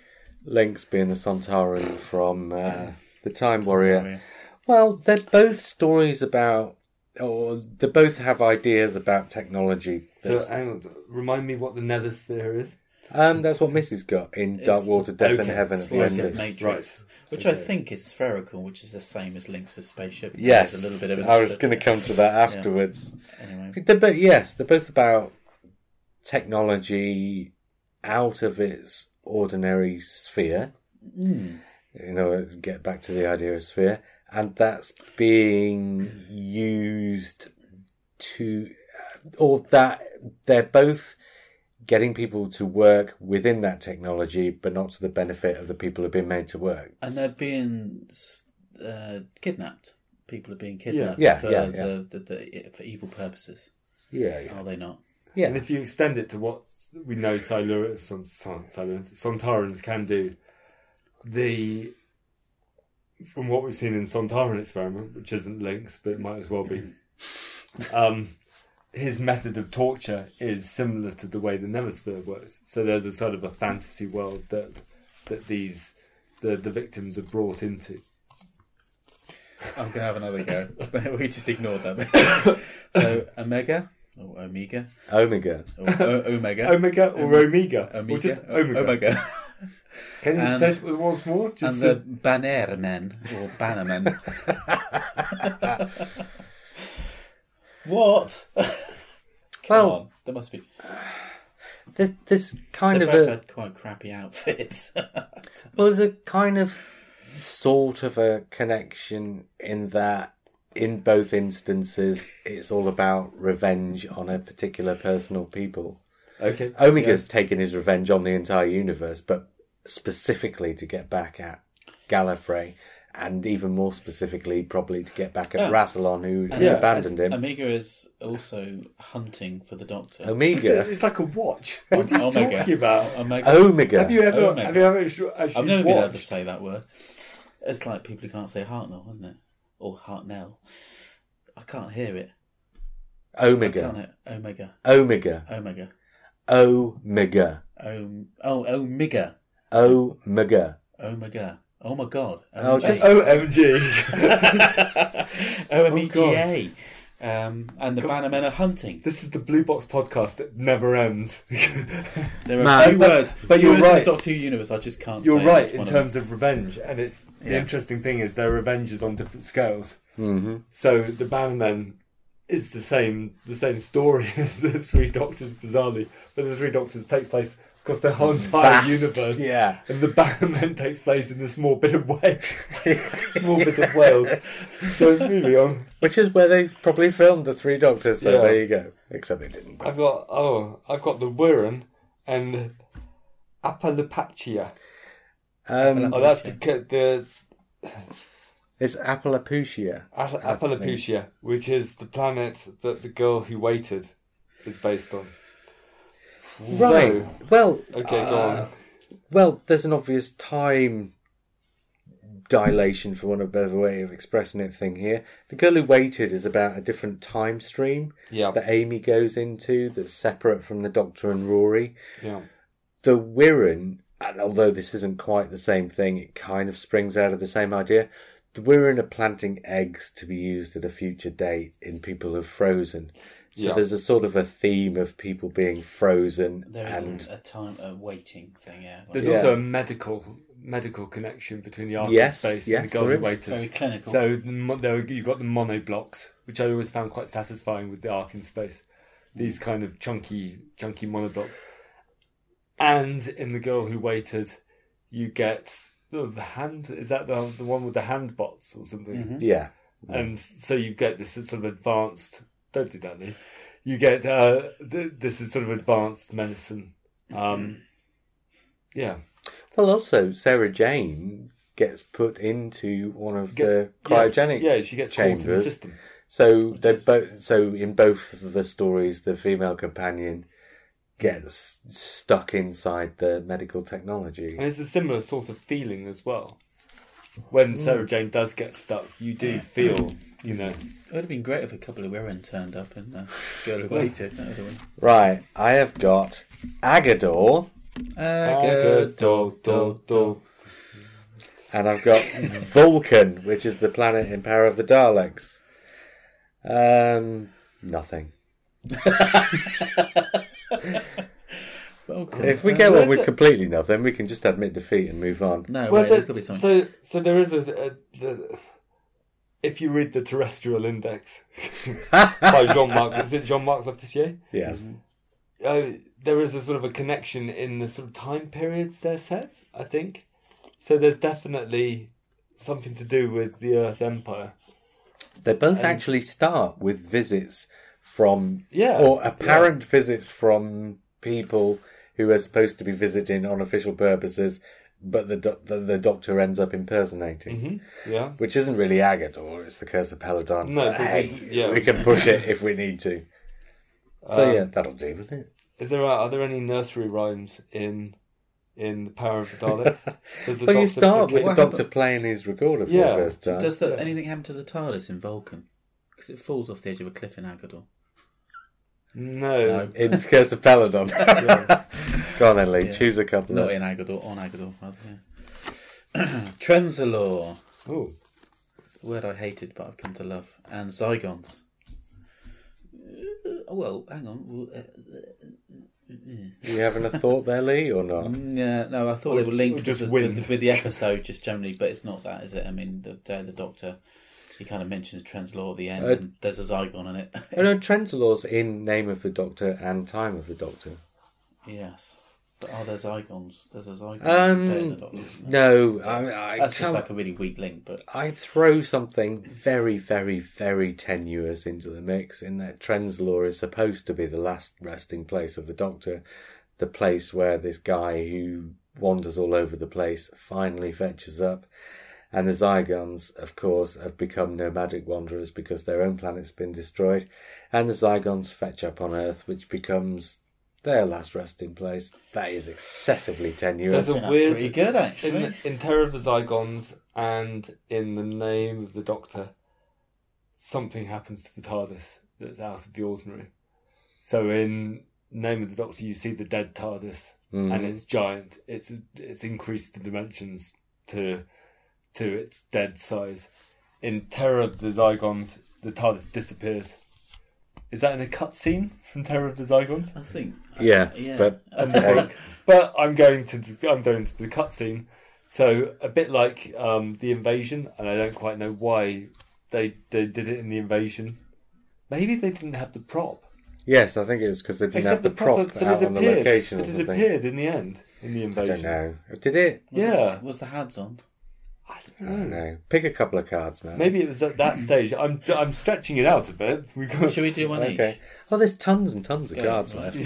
S1: Lynx being the Sontaran from uh, the Time Warrior.
S3: Warrior.
S1: Well, they're both stories about, or they both have ideas about technology.
S2: so,
S1: That's,
S2: hang on, remind me what the Nether Sphere is.
S1: um, that's what Missy's got in Dark Water, Death and Heaven at the
S3: slice
S1: end.
S3: of
S1: Of,
S3: Matrix, which I think is spherical, which is the same as Lynx's spaceship.
S1: yes,
S3: There's a little bit of.
S1: I was going to come to that afterwards.
S3: Anyway,
S1: They're both, yes, they're both about technology out of its ordinary sphere. Hmm. You know, get back to the idea of sphere, and that's being used to, uh, or that they're both getting people to work within that technology, but not to the benefit of the people who've been made to work.
S3: and they're being uh, kidnapped. People are being kidnapped
S1: Yeah,
S3: for,
S1: yeah, yeah.
S3: the, The, the, for evil purposes.
S1: Yeah, yeah.
S3: Are they not?
S1: Yeah.
S2: And if you extend it to what we know Silurians, Son, Son, Silurians, Sontarans can do, the from what we've seen in Sontaran experiment, which isn't Lynx, but it might as well be, um, his method of torture is similar to the way the Nemosphere works. So there's a sort of a fantasy world that that these the, the victims are brought into.
S3: I'm gonna have another (laughs) go. we just ignored that. bit. so Omega or Omega
S1: Omega.
S3: (laughs) or o- Omega.
S2: Omega or Omega,
S3: Omega.
S2: or just
S3: O-
S2: Omega.
S3: Omega.
S2: Can you
S3: And-
S2: say it once more? Just
S3: and
S2: so-
S3: the Banner Men or Bannermen. (laughs) what?
S1: Well-
S3: well, there must be.
S1: This, this kind
S3: They
S1: of
S3: both
S1: a
S3: had quite crappy outfits. (laughs)
S1: Well, there's a kind of sort of a connection in that in both instances it's all about revenge on a particular person or people.
S2: okay.
S1: Omega's taken his revenge on the entire universe, but specifically to get back at Gallifrey. And even more specifically, probably to get back at
S3: Yeah.
S1: Rassilon, who, who
S2: Yeah,
S1: abandoned him.
S3: Omega is also hunting for the Doctor.
S1: Omega.
S2: It's like a
S3: (laughs)
S2: watch. What are you
S3: Omega.
S2: talking about?
S3: Omega.
S1: Omega.
S2: Have you ever?
S3: Omega.
S2: Have you ever actu- actually
S3: I've never been able to
S2: watched?
S3: say that word. It's like people who can't say Hartnell, isn't it? Or Hartnell. I can't hear it. I can't
S1: Omega.
S3: hear Omega.
S1: Omega.
S3: Omega.
S1: Omega.
S3: Om- oh, Omega.
S1: Omega.
S3: Omega. Oh my god.
S1: Oh,
S3: Omega.
S1: just-
S2: Omg!
S3: OMEGA. E Um, and the Bannermen are hunting.
S2: (laughs) this is the Blue Box podcast that never ends. (laughs)
S3: There are
S1: Man,
S3: few
S1: but-
S3: words.
S2: but you're
S3: words in
S2: right.
S3: the Doctor Who universe, I just can't
S2: You're
S3: say
S2: right
S3: that's
S2: in
S3: one of
S2: terms of revenge, and it's the
S3: Yeah.
S2: interesting thing is their revenge is on different scales.
S1: Mm-hmm.
S2: So the Bannerman is the same the same story (laughs) as the Three Doctors, bizarrely, but the Three Doctors takes place across the whole
S3: Mm.
S2: entire universe.
S1: Yeah.
S2: And the Bannerman (laughs) takes place in the small bit of Wales. (laughs) small bit of Wales. So moving on.
S1: Which is where they probably filmed the Three Doctors. So
S2: Yeah.
S1: there you go. Except they didn't.
S2: I've got oh, I've got the Wirran and Apalapachia.
S1: Um,
S2: Oh, that's the ca- the
S1: it's Appalachia.
S2: Al- Apalapachia, which is the planet that the girl who waited is based on. So,
S1: well,
S2: okay, go
S1: Uh,
S2: on.
S1: well, there's an obvious time dilation, for want of a better way of expressing it, thing here. The Girl Who Waited is about a different time stream
S2: Yeah,
S1: that Amy goes into that's separate from the Doctor and Rory.
S2: yeah.
S1: the Wirren, and although this isn't quite the same thing, it kind of springs out of the same idea. The Wirren are planting eggs to be used at a future date in people who've frozen. So
S2: Yeah.
S1: there's a sort of a theme of people being frozen
S3: There is
S1: and
S3: a, a time a waiting thing, yeah. Like,
S2: There's
S1: Yeah.
S2: also a medical medical connection between the Arkham
S1: Yes,
S2: space
S1: yes,
S2: and the Golden
S1: there is.
S2: Waiters.
S3: very clinical.
S2: So the mo- there you got the mono blocks, which I always found quite satisfying with the arc in space.
S1: Mm.
S2: These kind of chunky, chunky mono blocks. And in the girl who waited, you get oh, the hand. Is that the the one with the hand bots or something?
S3: Mhm.
S1: yeah,
S2: And so you get this sort of advanced. Don't do that, Lee. You get uh, th- this is sort of advanced medicine.
S1: Mm.
S2: Um, yeah,
S1: Well, also Sarah Jane gets put into one of the
S2: Gets-
S1: cryogenic.
S2: Yeah, she gets caught in the
S1: chambers.
S2: system.
S1: So they
S3: is-
S1: both. So in both of the stories, the female companion gets stuck inside the medical technology.
S2: And it's a similar sort of feeling as well.
S3: Mm.
S2: When Sarah Jane does get stuck, you do feel, you know.
S3: It would have been great if a couple of women turned up and uh, girl who waited. That would have been.
S1: Right, I have got Agador
S3: uh,
S2: do, do, do.
S1: and I've
S2: (laughs)
S1: got Vulcan, which is the planet in Power of the Daleks. Um, nothing.
S3: Okay.
S1: If we get one
S2: where's
S1: with
S2: it-
S1: completely nothing, we can just admit defeat and move on.
S3: no,
S2: Well,
S3: wait, there's got to be
S2: there-
S3: something.
S2: so, so there is a, a the, if you read the Terrestrial
S3: (laughs)
S2: Index by Jean Marc, is it Jean Marc Lafayette?
S1: Yes.
S2: Uh, there is a sort of a connection in the sort of time periods they're set. I think so. There's definitely something to do with the Earth Empire.
S1: They both actually start with visits from,
S2: Yeah,
S1: or apparent visits from people who are supposed to be visiting on official purposes, but the doc the, the doctor ends up impersonating,
S2: Mm-hmm. Yeah,
S1: which isn't really Agador. It's the curse of Peladon.
S2: No,
S1: but
S2: but
S1: hey,
S2: we- yeah.
S1: we can push it if we need to. So yeah, that'll do, won't it?
S2: Is there are there any nursery rhymes in in the Power of the
S1: (laughs)
S2: Daleks? Does the
S1: Well, you
S2: Doctor
S1: start
S2: pick
S1: with
S2: it
S1: the
S2: up?
S1: doctor playing his recorder for
S2: Yeah.
S1: the first time.
S3: Does that
S2: Yeah.
S3: anything happen to the TARDIS in Vulcan? Because it falls off the edge of a cliff in Agador.
S2: No,
S3: No,
S1: In Curse of (laughs) Peladon. Go on then, Lee. Choose a couple. of-
S3: not in Agador, on Agador. Rather,
S2: (clears throat)
S3: yeah. Trenzalore,
S2: Oh,
S3: a word I hated but I've come to love, and Zygons. Uh, Well, hang on. Uh,
S1: You having a thought there, Lee, or not?
S3: mm, Yeah, no, I thought
S2: Or-
S3: they were linked
S2: or just
S3: with, the, with,
S2: wind.
S3: the, with the episode just generally, but it's not that, is it? I mean, the day of the Doctor, he kind of mentions Trenzalore at the end,
S1: Uh,
S3: and there's a Zygon in it. (laughs)
S1: Oh no, Trentalore's in Name of the Doctor and Time of the Doctor.
S3: yes. But are there Zygons? There's a Zygon in Day of the
S1: Um,
S3: Doctor, isn't there?
S1: no, I, I,
S3: That's just
S1: can't,
S3: like a really weak link, but
S1: I throw something very, very, very tenuous into the mix in that Trenzalore is supposed to be the last resting place of the Doctor, the place where this guy who wanders all over the place finally fetches up. And the Zygons, of course, have become nomadic wanderers because their own planet's been destroyed. And the Zygons fetch up on Earth, which becomes their last resting place. That is excessively tenuous.
S2: There's a
S3: that's
S2: weird-
S3: pretty good actually.
S2: in in Terror of the Zygons and in the Name of the Doctor, something happens to the TARDIS that's out of the ordinary. So in Name of the Doctor, you see the dead TARDIS,
S3: Hmm.
S1: Mhm.
S2: and it's giant. It's it's increased the dimensions to to its dead size. In Terror of the Zygons, the TARDIS disappears. Is that in a cutscene from Terror of the Zygons?
S3: I think. uh,
S1: Yeah,
S3: yeah.
S1: but (laughs) hey,
S2: But I'm going to I'm going to the cutscene. So a bit like um, the invasion, and I don't quite know why they they did it in the invasion. Maybe they didn't have the prop.
S1: yes, I think it was because they didn't have the prop
S2: but
S1: out
S2: it
S1: on the
S2: appeared-
S1: location or
S2: But it
S1: something.
S2: appeared in the end in the
S1: I don't
S2: invasion.
S1: know. Did it?
S2: Yeah,
S3: Was the Hads on?
S1: I don't know. Pick a couple of cards, man.
S2: maybe it was at
S1: Hmm.
S2: that stage. I'm I'm stretching it out a bit. (laughs) We got
S3: Should we do one
S1: Okay.
S3: each?
S1: Oh, there's tons and tons of
S3: Go
S1: cards
S3: on,
S1: left.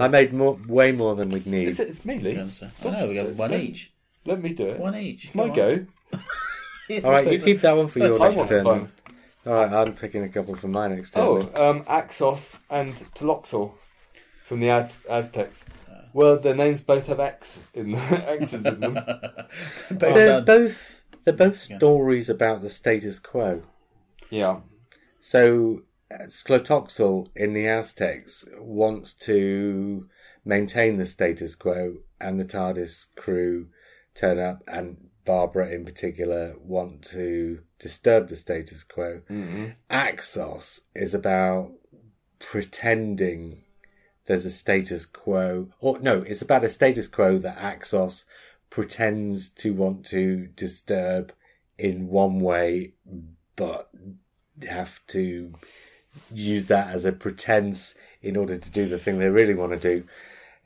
S1: I made more, way more than we'd
S2: It's,
S1: need.
S2: it's me, Lee.
S3: go on, sir. (laughs) I know we got one
S2: Don't-
S3: each.
S2: Let me do it.
S3: One each.
S2: It's my
S3: Go on.
S2: go.
S1: All right, you keep that one for your
S3: Such a-
S2: I
S1: next
S2: want
S1: turn.
S2: fun.
S1: All right, I'm picking a couple for my next turn.
S2: Oh, um, Axos and Tloxel from the Az- Aztecs. Well, their names both have X in (laughs) X's in them.
S3: Both
S1: they're
S3: done.
S1: both they're both stories about the status quo.
S2: Yeah,
S1: So, uh, Clotoxel in the Aztecs wants to maintain the status quo, and the TARDIS crew turn up, and Barbara in particular want to disturb the status quo. Axos is about pretending there's a status quo, or no, it's about a status quo that Axos pretends to want to disturb in one way, but have to use that as a pretense in order to do the thing they really want to do.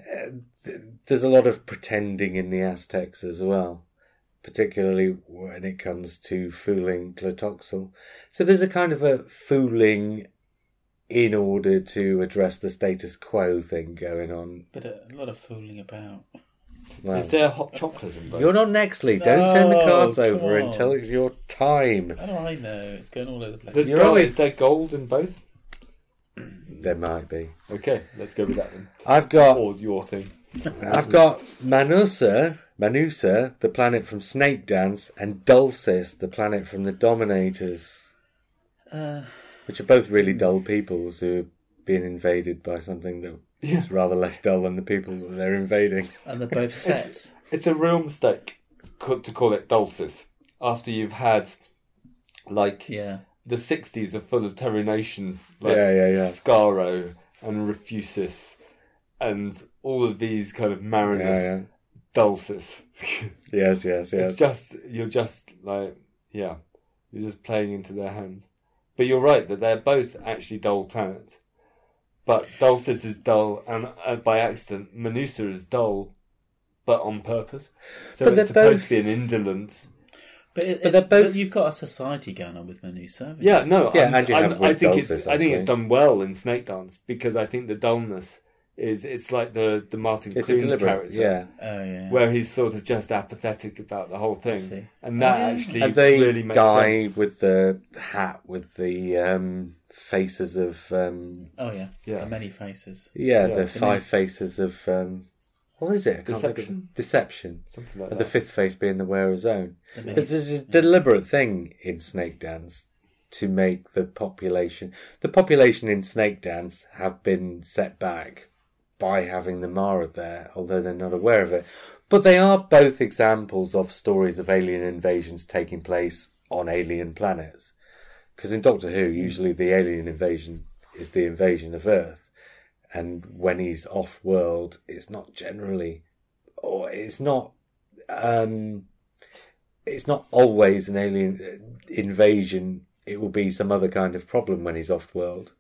S1: Uh, th- there's a lot of pretending in the Aztecs as well, particularly when it comes to fooling Clotoxel. So there's a kind of a fooling in order to address the status quo thing going on.
S3: But a lot of fooling about.
S1: Well,
S2: Is there hot chocolate in both?
S1: you're not next, Lee. Don't turn the
S3: No,
S1: cards
S3: Oh, come
S1: over
S3: on.
S1: until it's your time.
S3: How do I know? It's going all over the place.
S2: There's
S1: You're
S2: gold-
S1: always-
S2: Is there gold in both?
S1: There might be.
S2: Okay, let's go with that then.
S1: I've got
S2: Or your thing.
S1: I've
S2: Mm-hmm.
S1: got Manusa, Manusa, the planet from Snake Dance, and Dulcis, the planet from the Dominators,
S3: Uh,
S1: which are both really
S2: Mm.
S1: dull peoples who are being invaded by something
S2: (laughs)
S1: that is rather less dull than the people that they're invading.
S3: (laughs) and they're both sets.
S2: It's a real mistake co- to call it Dulcis after you've had like
S3: yeah.
S2: the sixties are full of termination, like
S1: Yeah, yeah, yeah.
S2: Scaro and Refusis and all of these kind of mariners
S1: Yeah, yeah.
S2: (laughs) Dulcis.
S1: Yes, yes, yes.
S2: It's just you're just like yeah, you're just playing into their hands. But you're right that they're both actually dull planets. But Dulcis is dull, and uh, by accident, Manusa is dull, but on purpose. So
S1: But
S2: it's
S1: they're
S2: supposed
S1: both-
S2: to be an indolence.
S3: But, it,
S1: But
S3: it's-
S1: they're both-
S3: but you've got a society going on with Manusa. haven't you?
S2: Yeah, no,
S1: Yeah,
S2: I'm-
S1: and you
S2: I'm-
S1: have
S2: I
S1: with
S2: think
S1: Dulcis,
S2: it's I think it's
S1: actually.
S2: done well in Snake Dance because I think the dullness is it's like the the Martin
S1: it's a
S2: Clunes
S1: deliberate.
S2: character,
S1: Yeah.
S3: Oh, yeah.
S2: where he's sort of just apathetic about the whole
S3: see. Oh,
S2: thing, and that
S3: Yeah.
S2: actually
S1: And they
S2: really makes
S1: guy
S2: sense.
S1: with the hat with the um, faces of um,
S3: oh, yeah.
S2: Yeah.
S3: The many faces.
S1: yeah,
S2: Yeah.
S1: the five faces of um, what is it? I can't think of-
S2: Deception.
S1: Deception.
S2: Something like
S1: And
S2: that.
S1: the fifth face being the wearer's own.
S3: The many
S1: This is a deliberate thing in Snake Dance to make the population. The population in Snake Dance have been set back by having the Mara there, although they're not aware of it. But they are both examples of stories of alien invasions taking place on alien planets. Because in Doctor Who, usually the alien invasion is the invasion of Earth. And when he's off world, it's not generally, or it's not um, it's not always an alien uh, invasion. It will be some other kind of problem when he's off world.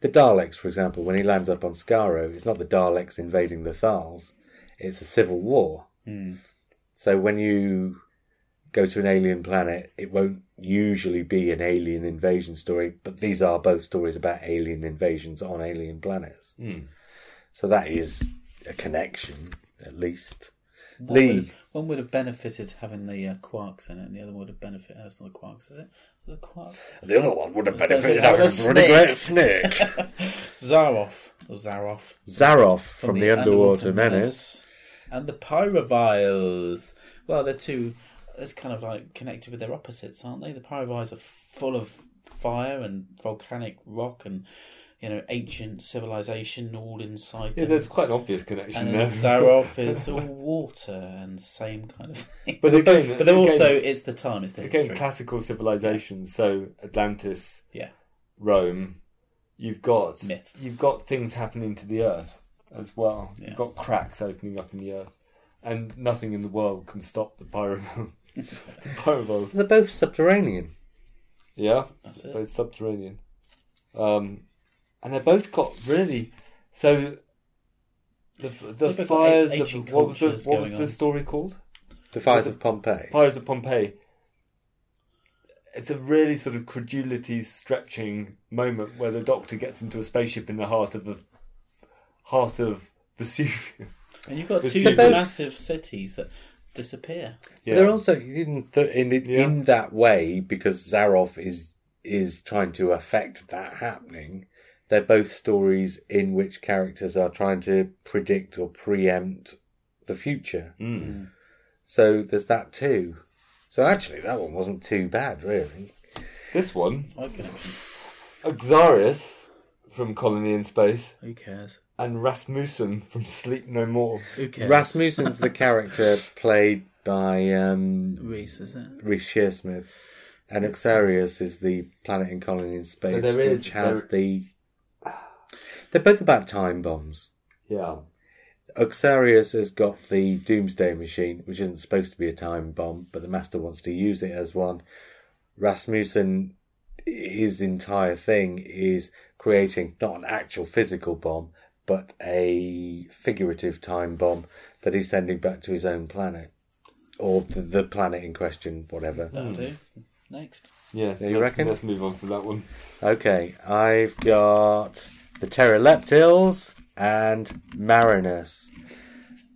S1: The Daleks, for example, when he lands up on Skaro, it's not the Daleks invading the Thals, it's a civil war.
S3: Hmm.
S1: So when you go to an alien planet, it won't usually be an alien invasion story, but these are both stories about alien invasions on alien planets.
S2: Hmm.
S1: So that is a connection, at least.
S3: One
S1: Lee.
S3: would have- one would have benefited having the uh, quarks in it, and the other would have benefited. Oh, it's not the quarks, is it? It's the quarks.
S1: The other one would have benefited
S3: benefited having
S1: having
S3: a
S1: a really great snake. (laughs)
S3: Zaroff. Or Zaroff.
S1: Zaroff from, the, Underwater, Menace.
S3: And the Pyroviles. Well, they're two. It's kind of like connected with their opposites, aren't they? The Pyroviles are full of fire and volcanic rock and, you know, ancient civilization all inside
S2: yeah,
S3: them.
S2: there's quite an obvious connection (laughs)
S3: And
S2: there.
S3: Zaroff is all water and same kind of thing.
S2: but again,
S3: (laughs) But they're
S2: again-
S3: also, it's the time, it's the
S2: again
S3: history.
S2: classical civilizations. So Atlantis,
S3: Yeah.
S2: Rome. You've got
S3: Myths.
S2: you've got things happening to the earth as well.
S3: Yeah.
S2: You've got cracks opening up in the earth, and nothing in the world can stop the pyro (laughs) the pyrovols.
S1: They're both subterranean.
S2: Yeah,
S3: That's it.
S2: both subterranean, um, and they both got really so. The, the
S3: They've both got
S2: fires
S3: a-
S2: of
S3: ancient
S2: what was the,
S3: cultures
S2: what was
S3: going
S2: the
S3: on.
S2: story called?
S1: The fires of Pompeii.
S2: Fires of Pompeii. It's a really sort of credulity stretching moment where the Doctor gets into a spaceship in the heart of the heart of Vesuvius. (laughs)
S3: And you've got
S2: It's
S3: two
S2: the
S1: best-
S3: massive cities that disappear.
S1: But They're also in, th- in, it
S2: Yeah.
S1: in that way because Zaroff is is trying to affect that happening. They're both stories in which characters are trying to predict or preempt the future.
S2: Mm.
S1: So there's that too. So actually, that one wasn't too bad, really.
S2: This one,
S3: Five connections.
S2: Axarius from Colony in Space
S3: Who cares?
S2: and Rasmussen from Sleep No More.
S3: Who cares?
S1: Rasmussen's
S2: (laughs)
S1: the character played by um,
S3: Reese, is it?
S1: Reese Shearsmith. And Exarius is the planet and colony in space,
S2: there is-
S1: which has
S2: there-
S1: the They're both about time bombs.
S2: Yeah.
S1: Oxarius has got the Doomsday Machine, which isn't supposed to be a time bomb, but the Master wants to use it as one. Rasmussen, his entire thing is creating not an actual physical bomb, but a figurative time bomb that he's sending back to his own planet. Or the, the planet in question, whatever.
S3: That'll do. Next.
S2: Yes.
S1: Yeah, you
S2: let's,
S1: reckon?
S2: Let's move on from that one.
S1: Okay, I've got the Pteroleptils and Marinus.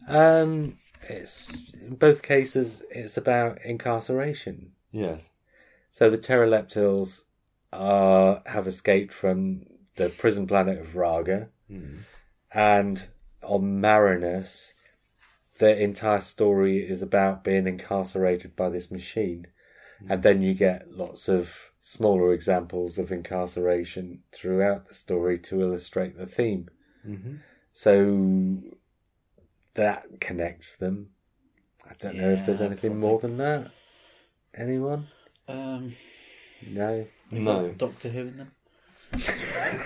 S1: Um, it's in both cases it's about incarceration.
S2: Yes.
S1: So the Pteroleptils are have escaped from the prison planet of Raga, and on Marinus, their entire story is about being incarcerated by this machine. And then you get lots of smaller examples of incarceration throughout the story to illustrate the theme.
S2: hmm
S1: So that connects them. I don't know if there's
S3: Yeah, I
S1: anything
S3: can't
S1: more than that. Anyone?
S3: Um,
S1: No.
S3: you've
S2: No. (laughs)
S3: got Doctor Who in them.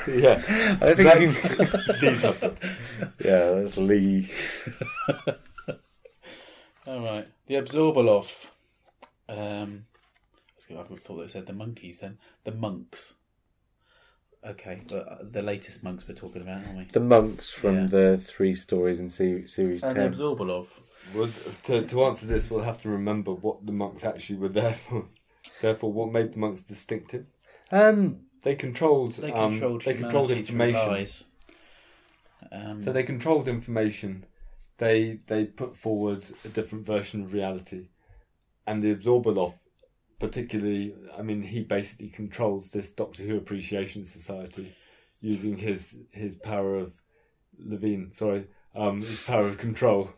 S2: Yeah.
S1: I don't think
S2: Next.
S1: you can...
S2: Please have them.
S1: Yeah, that's Lee.
S3: All right, the Absorbaloff. Um, I was gonna- I haven't thought they said the monkeys then. The monks. Okay, but uh, the latest monks we're talking about, aren't we?
S1: The monks from
S3: Yeah.
S1: the three stories in se- series
S3: And the
S1: 10.
S3: Absorbalov.
S2: Well, to, to answer this, we'll have to remember what the monks actually were there for. Therefore, what made the monks distinctive?
S1: Um,
S2: They controlled.
S3: They
S2: um,
S3: controlled
S2: they controlled
S3: humanity through
S2: information.
S3: lies. Um,
S2: So they controlled information. They they put forward a different version of reality, and the Absorbalov, particularly, I mean, he basically controls this Doctor Who appreciation society, using his his power of Levine. Sorry, um, his power of control.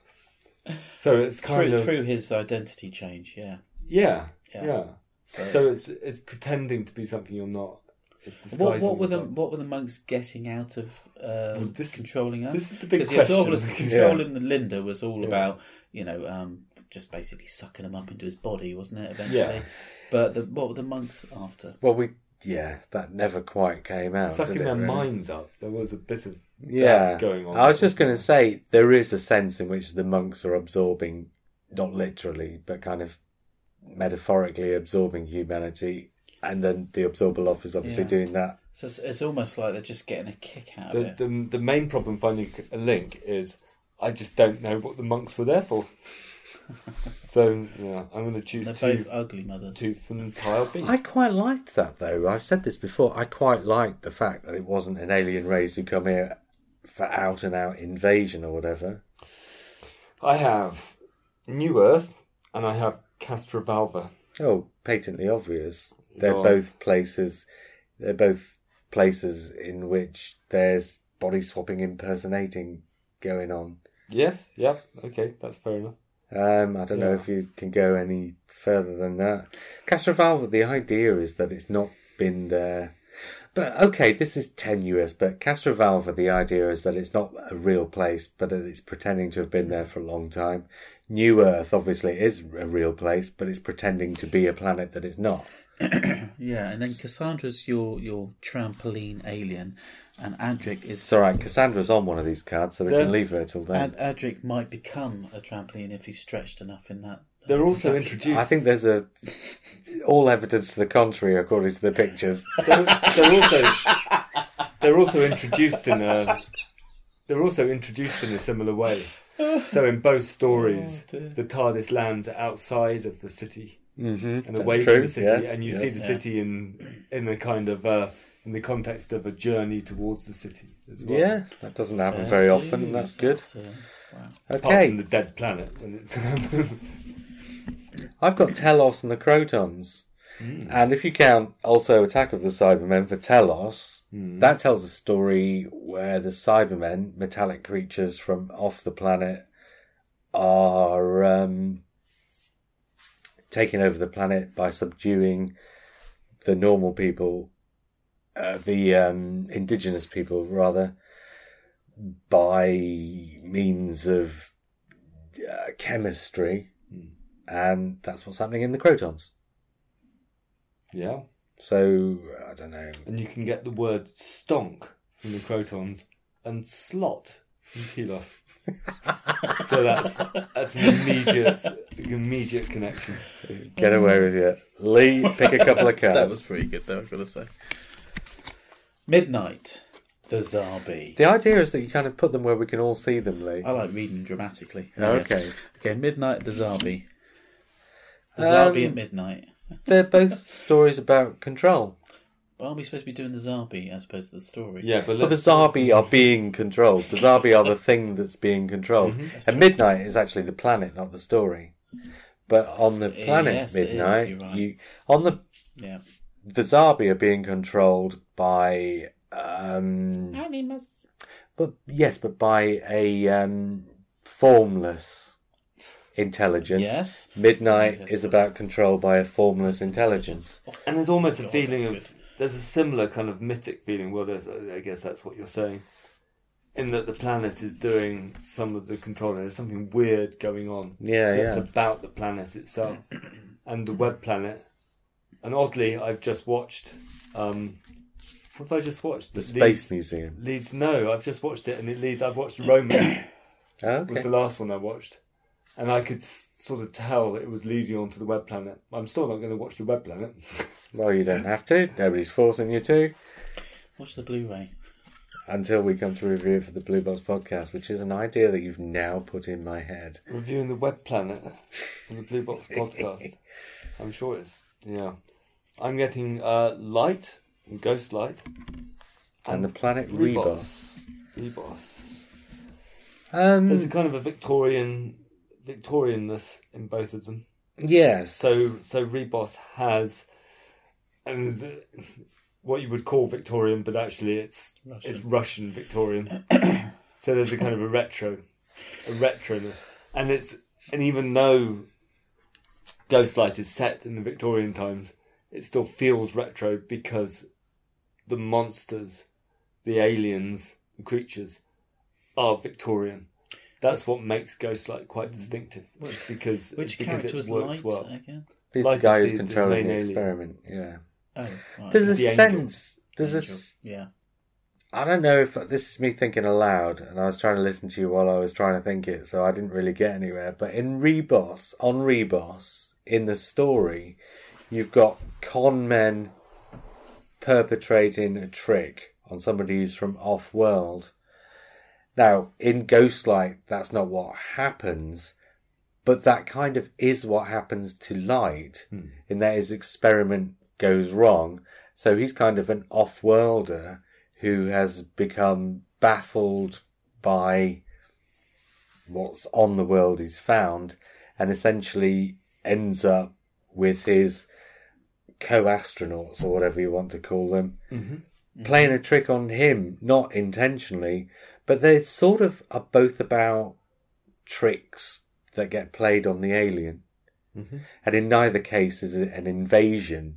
S2: So it's kind
S3: through,
S2: of
S3: through his identity change, yeah.
S2: yeah,
S3: Yeah.
S2: yeah.
S3: So-
S2: So, it's it's pretending to be something you're not. It's
S3: What,
S2: disguising
S3: what were the
S2: yourself.
S3: what were the monks getting out of uh,
S2: Well, this-
S3: controlling us?
S2: this is the big
S3: Because the
S2: (laughs) question.
S3: Absorbalus controlling the Linda was all about you know um, just basically sucking him up into his body, wasn't it? Eventually,
S2: Yeah.
S3: but the, what were the monks after?
S1: well, we. Yeah, that never quite came out.
S2: sucking
S1: Oh, did it,
S2: their
S1: really?
S2: minds up? There was a bit of that
S1: yeah
S2: going on.
S1: I was just going to say there is a sense in which the monks are absorbing, not literally, but kind of metaphorically absorbing humanity, and then the Absorbalov is obviously
S3: Yeah.
S1: doing that.
S3: So it's, it's almost like they're just getting a kick out of
S2: the,
S3: it.
S2: the the main problem finding a link is I just don't know what the monks were there (laughs) for. so yeah, I'm going to choose
S3: They're
S2: two
S3: both ugly mothers.
S2: two from (laughs) tile B.
S1: I quite liked that though. I've said this before. I quite liked the fact that it wasn't an alien race who come here for out and out invasion or whatever.
S2: I have New Earth and I have Castrovalva.
S1: Oh, patently obvious. They're
S2: Go on.
S1: both places. They're both places in which there's body swapping, impersonating going on.
S2: Yes, yeah, okay, that's fair enough.
S1: Um, I don't know
S2: Yeah.
S1: if you can go any further than that. Castrovalva, the idea is that it's not been there. But okay, this is tenuous, but Castrovalva, the idea is that it's not a real place, but that it's pretending to have been there for a long time. New Earth, obviously, is a real place, but it's pretending to be a planet that it's not.
S3: Yeah, and then Cassandra's your your trampoline alien, and Adric is
S1: It's alright, Cassandra's on one of these cards, so we
S2: Yeah.
S1: can leave her till then.
S3: Ad- Adric might become a trampoline if he's stretched enough in that.
S2: They're also introduced.
S1: I think there's a. All evidence to the contrary, according to the
S2: (laughs)
S1: pictures.
S2: they're, they're
S3: (laughs)
S2: also they're also introduced in a they're also introduced in a similar way. So in both stories,
S3: Oh, dear.
S2: the TARDIS lands outside of the city
S1: mm-hmm.
S2: and away
S1: true,
S2: from the city,
S1: yes,
S2: and you
S1: yes.
S2: see the
S3: Yeah.
S2: city in in a kind of uh, in the context of a journey towards the city as well.
S1: Yeah, that doesn't
S3: uh,
S1: happen very often, and that's good.
S2: Apart
S1: Okay,
S2: from the dead planet, when it's (laughs)
S1: I've got Telos and the Crotons. And if you count also Attack of the Cybermen for Telos, that tells a story where the Cybermen, metallic creatures from off the planet, are um, taking over the planet by subduing the normal people, uh, the um, indigenous people, rather, by means of uh, chemistry. And that's what's happening in the Crotons.
S2: yeah,
S1: So I don't know.
S2: and you can get the word stonk from the crotons and Slot from Telos. so that's that's an immediate immediate connection.
S1: Get away with it. Lee, pick a couple
S3: (laughs)
S1: of cards.
S3: that was pretty good, though. I've got to say. Midnight, the Zarbi.
S1: The idea is that you kind of put them where we can all see them, Lee.
S3: I like reading dramatically.
S1: Okay.
S3: Okay. Midnight, the Zarbi. The
S1: Um,
S3: Zarbi at midnight.
S1: They're both stories about control.
S3: Aren't we supposed to be doing the Zarbi as opposed to the story?
S2: Yeah, but
S1: Well, the
S2: let's,
S1: Zabi are being controlled. The Zabi are the thing that's being controlled.
S3: Mm-hmm,
S1: And Midnight is actually the planet, not the story. But on the
S3: Eh,
S1: planet
S3: yes, it is,
S1: Midnight,
S3: you're right.
S1: you on the
S3: Yeah.
S1: the Zabi are being controlled by um but yes, but by a um formless intelligence.
S3: Yes.
S1: Midnight
S3: Yes.
S1: is about control by a formless intelligence.
S2: and there's almost a
S3: God,
S2: feeling
S3: that's
S2: of there's a similar kind of mythic feeling. Well, there's I guess that's what you're saying, in that the planet is doing some of the controlling. There's something weird going on.
S1: Yeah,
S2: It's
S1: yeah.
S2: about the planet itself and the web planet. And oddly, I've just watched. Um, what have I just watched?
S1: The
S2: It
S1: Space
S2: leads-
S1: Museum.
S2: Leads no, I've just watched it, and it leads. I've watched Romans
S1: (coughs) Oh,
S2: was
S1: okay.
S2: the last one I watched, and I could s- sort of tell that it was leading on to the web planet. I'm still not going to watch the web planet.
S1: Well, you don't have to. Nobody's forcing you to.
S3: Watch the Blu-ray.
S1: until we come to review it for the Blue Box podcast, which is an idea that you've now put in my head.
S2: Reviewing the web planet for the Blue Box podcast. I'm sure it's yeah. I'm getting uh, light, and ghost light,
S1: And the planet Rebos.
S2: Rebos. Rebos. There's a
S1: Um,
S2: kind of a Victorian Victorianness in both of them.
S1: yes.
S2: So so Rebos has and the- what you would call Victorian, but actually it's it's Russian
S3: (coughs)
S2: Victorian. so there's a kind of a retro, a retroness, and it's and even though Ghostlight is set in the Victorian times, it still feels retro because the monsters, the aliens, the creatures, are Victorian. That's what makes Ghostlight quite distinctive, because
S3: Mm. Which
S2: because
S3: character
S2: it
S3: was
S2: works
S3: Light
S2: well.
S3: again?
S1: he's the
S2: Light
S1: guy
S2: is
S1: who's
S2: the- the
S1: controlling the,
S2: main alien.
S1: experiment. Yeah.
S3: Oh, right.
S1: There's a
S2: The angel.
S1: sense. There's a.
S3: Angel.
S1: s-
S3: Yeah.
S1: I don't know if this is me thinking aloud, and I was trying to listen to you while I was trying to think it, so I didn't really get anywhere. But in Rebos, on Rebos, in the story, you've got con men perpetrating a trick on somebody who's from off world. Now, in Ghostlight, that's not what happens, but that kind of is what happens to Light, in that his experiment goes wrong. So he's kind of an off worlder who has become baffled by what's on the world he's found and essentially ends up with his co astronauts or whatever you want to call them playing a trick on him, not intentionally, but they sort of are both about tricks that get played on the alien. And in neither case is it an invasion,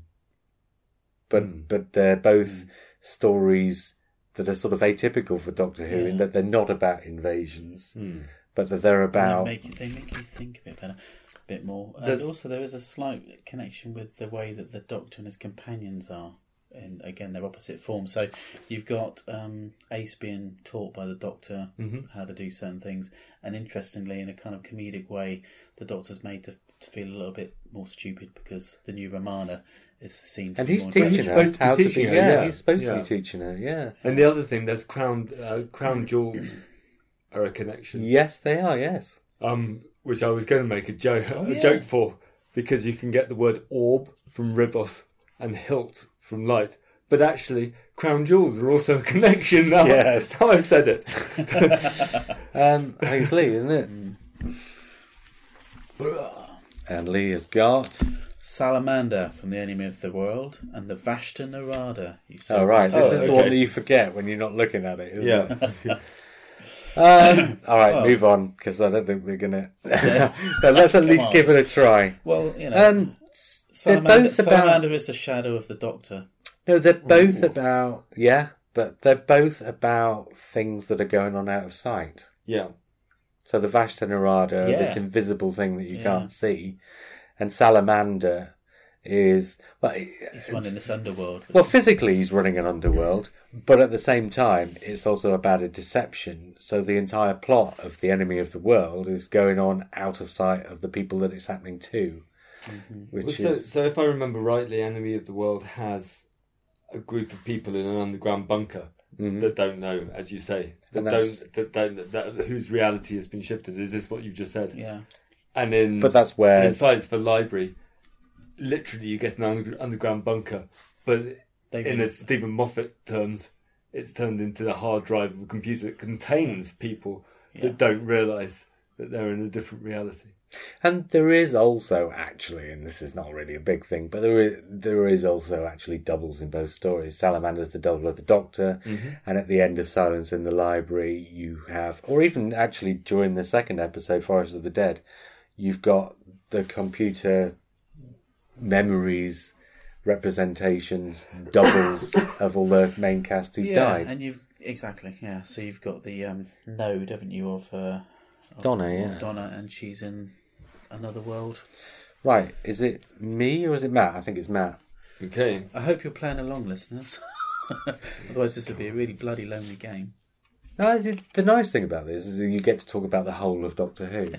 S1: but
S3: Hmm.
S1: but they're both stories that are sort of atypical for Doctor Who in
S3: Yeah.
S1: that they're not about invasions,
S2: Hmm.
S1: but that they're
S3: They
S1: about
S3: make, they make you think a bit better, a bit more. And
S2: There's-
S3: also, there is a slight connection with the way that the Doctor and his companions are. And again, they're opposite forms. So you've got um, Ace being taught by the Doctor how to do certain things. And interestingly, in a kind of comedic way, the Doctor's made to, to feel a little bit more stupid because the new Romana is seen to
S1: and
S3: be
S1: he's
S3: more
S1: teaching
S2: he's
S1: her
S2: supposed to be
S1: how to be.
S2: teaching her,
S1: yeah,
S2: yeah.
S1: he's supposed to
S2: Yeah.
S1: be teaching her. Yeah.
S2: And the other thing, there's crown uh, crown jewels (coughs) are a
S3: Hmm.
S2: connection,
S1: Yes, they are. Yes.
S2: um, which I was going to make a joke a joke for because you can get the word orb from ribos and hilt from light, but actually crown jewels are also a connection. Now,
S1: Yes.
S2: (laughs) now I've said it.
S1: Um, I think it's Lee, isn't it?
S3: Hmm.
S1: And Lee has got.
S3: Salamander from The Enemy of the World and the Vashta Narada. You said
S1: Oh, right. This
S2: Oh,
S1: is the one
S2: okay.
S1: that you forget when you're not looking at it, isn't it?
S2: Yeah,
S1: Um, (laughs) all right, move on because I don't think we're gonna. (laughs) but let's at least
S3: on.
S1: give it a try.
S3: Well, you know,
S1: Um, they're
S3: Salamander,
S1: both about.
S3: Salamander is the shadow of the Doctor.
S1: No, they're both about. Yeah, but they're both about things that are going on out of sight.
S2: (laughs) yeah.
S1: So the Vashta Narada,
S3: Yeah.
S1: this invisible thing that you
S3: Yeah.
S1: can't see, and Salamander is well,
S3: He's running this underworld.
S1: well, physically he's running an underworld, but at the same time it's also about a deception. So the entire plot of the enemy of the world is going on out of sight of the people that it's happening to,
S2: Well,
S1: which
S2: so,
S1: is
S2: so if I remember rightly, Enemy of the World has a group of people in an underground bunker that don't know, as you say, that
S1: Mm-hmm. And that's-
S2: don't that don't that, whose reality has been shifted. Is this what you just said?
S3: yeah.
S2: And in
S1: But that's where-
S2: in Science for Library, literally you get an under, underground bunker, but
S3: They've
S2: in
S3: been-
S2: the Stephen Moffat terms, it's turned into the hard drive of a computer that contains people
S3: Yeah.
S2: that don't realise that they're in a different reality.
S1: And there is also actually, and this is not really a big thing, but there is there is also actually doubles in both stories. Salamander's the double of the Doctor,
S3: Mm-hmm.
S1: and at the end of Silence in the Library, you have, or even actually during the second episode, Forest of the Dead, you've got the computer memories representations
S3: (laughs)
S1: doubles of all the main cast who
S3: yeah,
S1: died.
S3: and you've exactly yeah. So you've got the um, node, haven't you, of, uh,
S1: Donna, yeah.
S3: of Donna, and she's in another world.
S1: Right, is it me or is it Matt? I think it's Matt.
S2: Okay,
S3: I hope you're playing along, listeners. (laughs) Otherwise, this would be a really bloody lonely game.
S1: No, the, the nice thing about this is that you get to talk about the whole of Doctor
S3: (laughs)
S1: Who,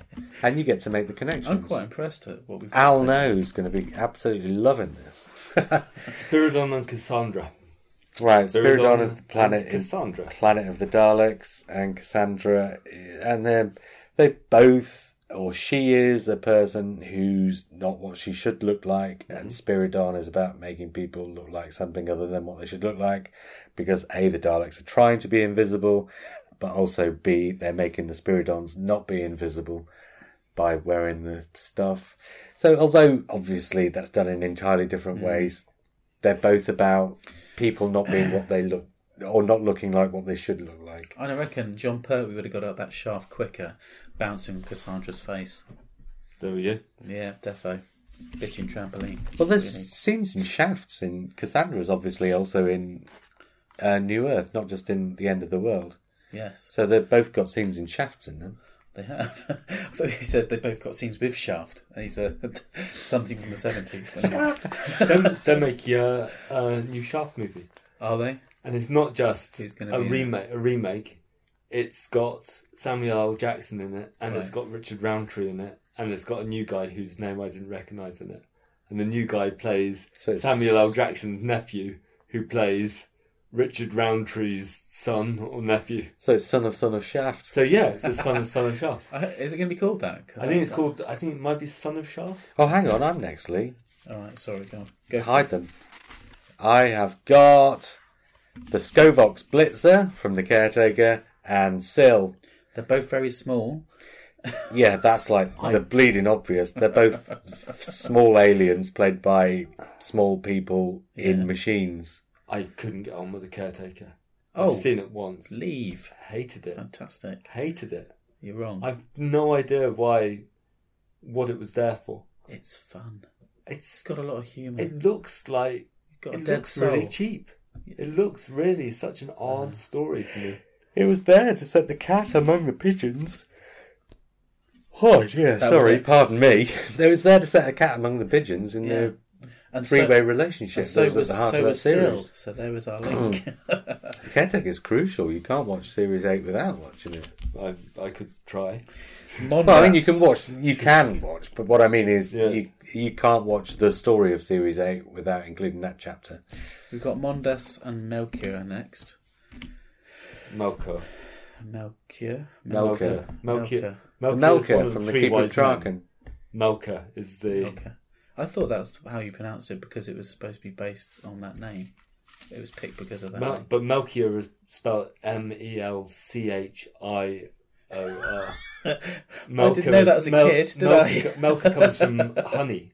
S1: and you get to make the connections.
S3: I'm quite impressed at what we've. got
S1: Al
S3: so-
S1: knows going to be absolutely loving this. (laughs)
S2: Spiridon and Cassandra.
S1: Right, Spiridon
S2: Spiridon
S1: is the planet
S2: and
S1: is
S2: Cassandra.
S1: planet of the Daleks, and Cassandra, and they they both or she is a person who's not what she should look like, and Spiridon is about making people look like something other than what they should look like, because a the Daleks are trying to be invisible, but also b they're making the Spiridons not be invisible by wearing the stuff. So although obviously that's done in entirely different ways, they're both about people not being what they look or not looking like what they should look like.
S3: I don't reckon John Pertwee would have got up that shaft quicker, bouncing Cassandra's face.
S2: There we
S3: (laughs)
S2: go.
S3: Yeah, defo, bitching trampoline.
S1: Well, there's scenes in Shafts in Cassandra's obviously also in uh, New Earth, not just in the End of the World.
S3: Yes,
S1: So they've both got scenes in Shafts in them.
S3: they have. (laughs) I thought you said they both got scenes with Shaft. He's a (laughs) something from
S2: (laughs)
S3: the seventies.
S2: they're, they're making a, a uh, new Shaft movie,
S3: Are they?
S2: and it's not just
S3: Who's gonna
S2: a
S3: be in
S2: remake.
S3: it?
S2: A remake. It's got Samuel L. Jackson in it, and it's
S3: Right.
S2: got Richard Roundtree in it, and it's got a new guy whose name I didn't recognise in it. And the new guy plays
S1: So it's-
S2: Samuel L. Jackson's nephew, who plays Richard Roundtree's son or nephew.
S1: So it's Son of Son of Shaft.
S2: So yeah, it's the son of Son of Shaft.
S3: I, is it going to be called that? 'Cause
S2: I think it's called. I think it might be Son of Shaft.
S1: Oh, hang on, I'm next, Lee.
S3: All right, sorry, go on. Go. for
S1: Hide them. I have got the Scovox Blitzer from The Caretaker and Syl.
S3: it. They're both very small.
S1: Yeah, that's like the bleeding obvious. They're
S3: (laughs)
S1: both small aliens played by small people in machines.
S2: I couldn't get on with the caretaker.
S3: Oh,
S2: I've seen it once.
S3: leave.
S2: Hated it.
S3: Fantastic.
S2: Hated it.
S3: You're wrong.
S2: I've no idea why, what it was there for.
S3: It's fun.
S2: It's
S3: It's got a lot of humour.
S2: it looks like
S3: You've got a
S2: it
S3: dead
S2: looks
S3: soul. Uh-huh.
S2: really cheap. It looks really such an odd story for me.
S1: It was there to set the cat among the pigeons. Oh, yeah,
S3: That was
S1: sorry,
S3: it.
S1: pardon me. It was there to set the cat among the pigeons in
S3: Yeah.
S1: the
S3: And so-
S1: three-way relationship
S3: and so
S1: that was
S3: was
S1: at the heart
S3: so
S1: of that
S3: was Cyril.
S1: series. Hmm.
S3: So there was our link.
S1: The Caretaker is crucial. You can't watch Series 8 without watching it.
S2: I I could try.
S3: Monrats.
S1: Well, I mean, you can watch, you can watch, but what I mean is
S2: Yes.
S1: you, you can't watch the story of Series 8 without including that chapter.
S3: We've got Mondas and Melchior next.
S2: Melka.
S3: Melchior.
S1: Melka.
S2: Melka.
S1: The
S2: is one
S1: Melka
S2: of
S1: from the
S2: three
S1: Keeper of
S2: wise men.
S1: Draken.
S2: Melka is the
S3: Melchior. I thought that was how you pronounce it because it was supposed to be based on that name. It was picked because of that.
S2: Mel,
S3: name.
S2: but Melchior is spelled M E L C H I O R.
S3: (laughs) I didn't know that as a kid, did I?
S2: (laughs) Melka comes
S3: (laughs)
S2: from honey,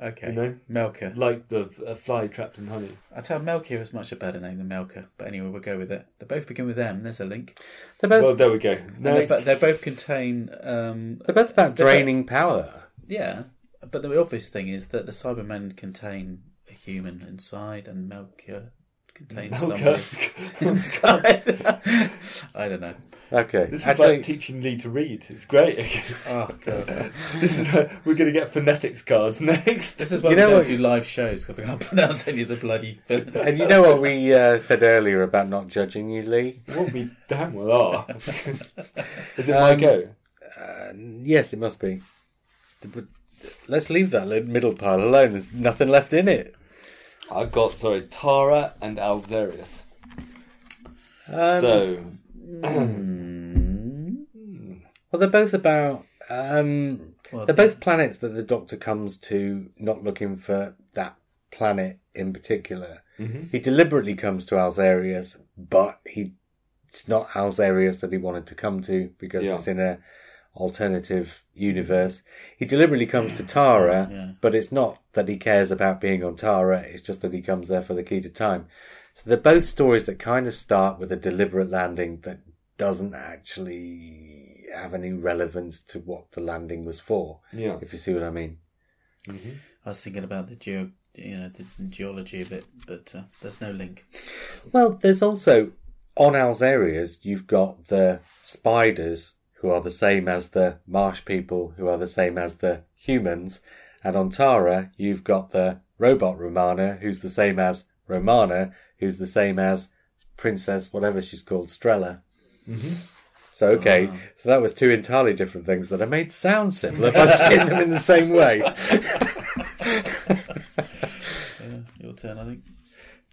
S3: Okay.
S2: you know?
S3: Melchior.
S2: like the a fly trapped in honey.
S3: I tell Melchior is much a better name than Melka, but anyway, we'll go with it. They both begin with M. There's a link.
S1: They're both,
S2: Well, there we go.
S3: They,
S2: Next.
S3: but they both contain. Um,
S1: they're both about
S3: both-
S1: draining power.
S3: yeah, but the obvious thing is that the Cybermen contain a human inside, and Melchior contains
S1: (laughs)
S2: Melka.
S3: something. (laughs) I don't know.
S1: Okay.
S2: This is
S1: Actually,
S2: like teaching Lee to read. It's great. (laughs)
S3: Oh god.
S2: this is we're going to get phonetics cards next.
S3: (laughs) This is why
S1: You
S3: we
S1: know
S3: don't
S1: what-
S3: do live shows because I can't (laughs) pronounce any of the bloody films.
S1: and you know what we uh, said earlier about not judging you, Lee?
S2: What we damn well
S3: (laughs)
S2: are. is it my
S1: Um,
S2: go?
S1: Uh, yes, it must be. But let's leave that li- middle pile alone. There's nothing left in it.
S2: I've got sorry Tara and Alzarius.
S1: Um,
S2: so
S3: Mm.
S1: Well, they're both about. Um,
S3: Well,
S1: they're both planets that the Doctor comes to, not looking for that planet in particular. He deliberately comes to Alzarius, but he it's not Alzarius that he wanted to come to because
S2: Yeah.
S1: it's in a alternative universe. He deliberately comes to Tara,
S3: Yeah.
S1: but it's not that he cares about being on Tara. It's just that he comes there for the key to time. So they're both stories that kind of start with a deliberate landing that doesn't actually have any relevance to what the landing was for.
S2: yeah,
S1: If you see what I mean.
S3: I was thinking about the geo, you know, the geology of it, but uh, there's no link.
S1: Well, there's also on Alzarias, you've got the spiders who are the same as the marsh people, who are the same as the humans, and on Tara, you've got the robot Romana, who's the same as Romana, who's the same as Princess, whatever she's called, Strella. So okay, so that was two entirely different things that I made sound similar by saying them in the same way.
S3: Yeah, Uh, your turn, I think.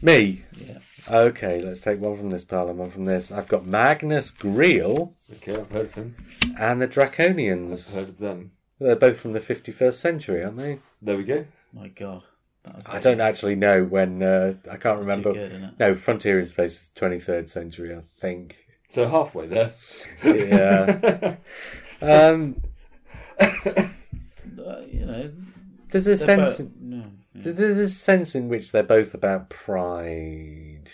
S1: Me,
S3: Yeah.
S1: okay, let's take one from this pile and one from this. I've got Magnus Greel.
S2: okay, I've heard of them.
S1: and the Draconians.
S2: Heard of them.
S1: They're both from the 51st century, aren't they?
S2: There we go.
S3: My God, that was.
S1: I don't actually know when. Uh, I can't
S3: It's too
S1: remember.
S3: good, isn't it?
S1: No, Frontier in Space is 23rd century, I think.
S3: (laughs)
S2: So halfway there.
S1: Yeah.
S2: (laughs)
S1: um,
S3: Uh, you know,
S1: there's a
S3: they're
S1: sense.
S3: both- no, yeah.
S1: There's a sense in which they're both about pride,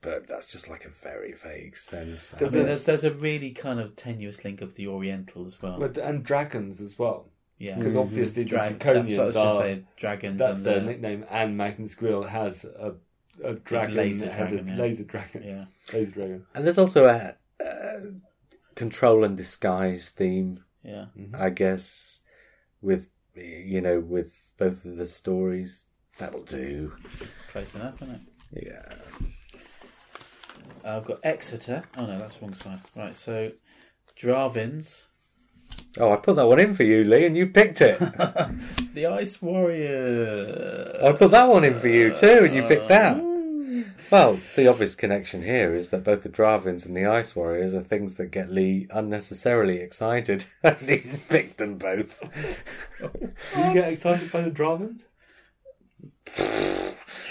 S1: but that's just like a very vague sense.
S3: I mean, there's there's a really kind of tenuous link of the Oriental as well.
S2: But- And dragons as well.
S3: yeah,
S2: Because obviously the
S3: Drag- Mm-hmm. that's what I
S2: draconians
S3: was just
S2: are.
S3: saying. Dragons
S2: That's
S3: and uh,
S2: their
S3: the-
S2: nickname. And Magnus Grill has a, a dragon.
S3: laser
S2: that had a
S3: dragon, yeah.
S2: Laser dragon.
S3: yeah.
S2: Laser dragon.
S1: And there's also a uh, control and disguise theme
S3: Yeah,
S1: I guess with you know with both of the stories that'll do.
S3: close enough, isn't it?
S1: Yeah.
S3: I've got Exeter. Oh no, that's the wrong side. Right, so Dravins,
S1: Oh, I put that one in for you, Lee, and you picked it.
S3: the Ice Warrior.
S1: I put that one in for you too, and you picked that. Well, the obvious connection here is that both the Dravins and the Ice Warriors are things that get Lee unnecessarily excited, (laughs) and he's picked them both.
S2: Do you get excited by the dragons?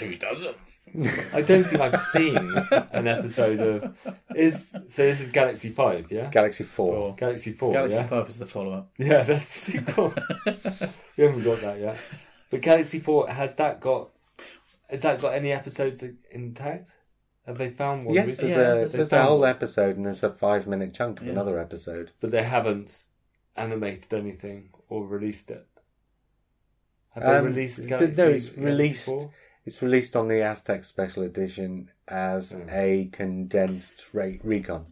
S3: Who doesn't?
S2: I don't think I've seen an episode of is so this is Galaxy Five, yeah?
S1: Galaxy Four.
S3: (laughs) Four.
S2: Galaxy Four,
S3: Galaxy
S2: yeah.
S3: Five is the follow-up.
S2: Yeah, that's (laughs)
S1: (laughs)
S2: the sequel. we haven't got that yet. But Galaxy Four has that got has that got any episodes intact? Have they found one?
S1: Yes,
S2: recently?
S1: there's,
S3: Yeah,
S1: a,
S3: there's
S1: there's a
S2: that
S1: whole
S2: one.
S1: episode, and there's a five-minute chunk of
S3: Yeah.
S1: another episode.
S2: but they haven't animated anything or released it. Have
S1: Um,
S2: they released
S1: th-
S2: Galaxy?
S1: no, it's
S2: Galaxy
S1: released.
S2: 4?
S1: It's released on the Aztec Special Edition as
S2: Mm.
S1: a condensed rate recon.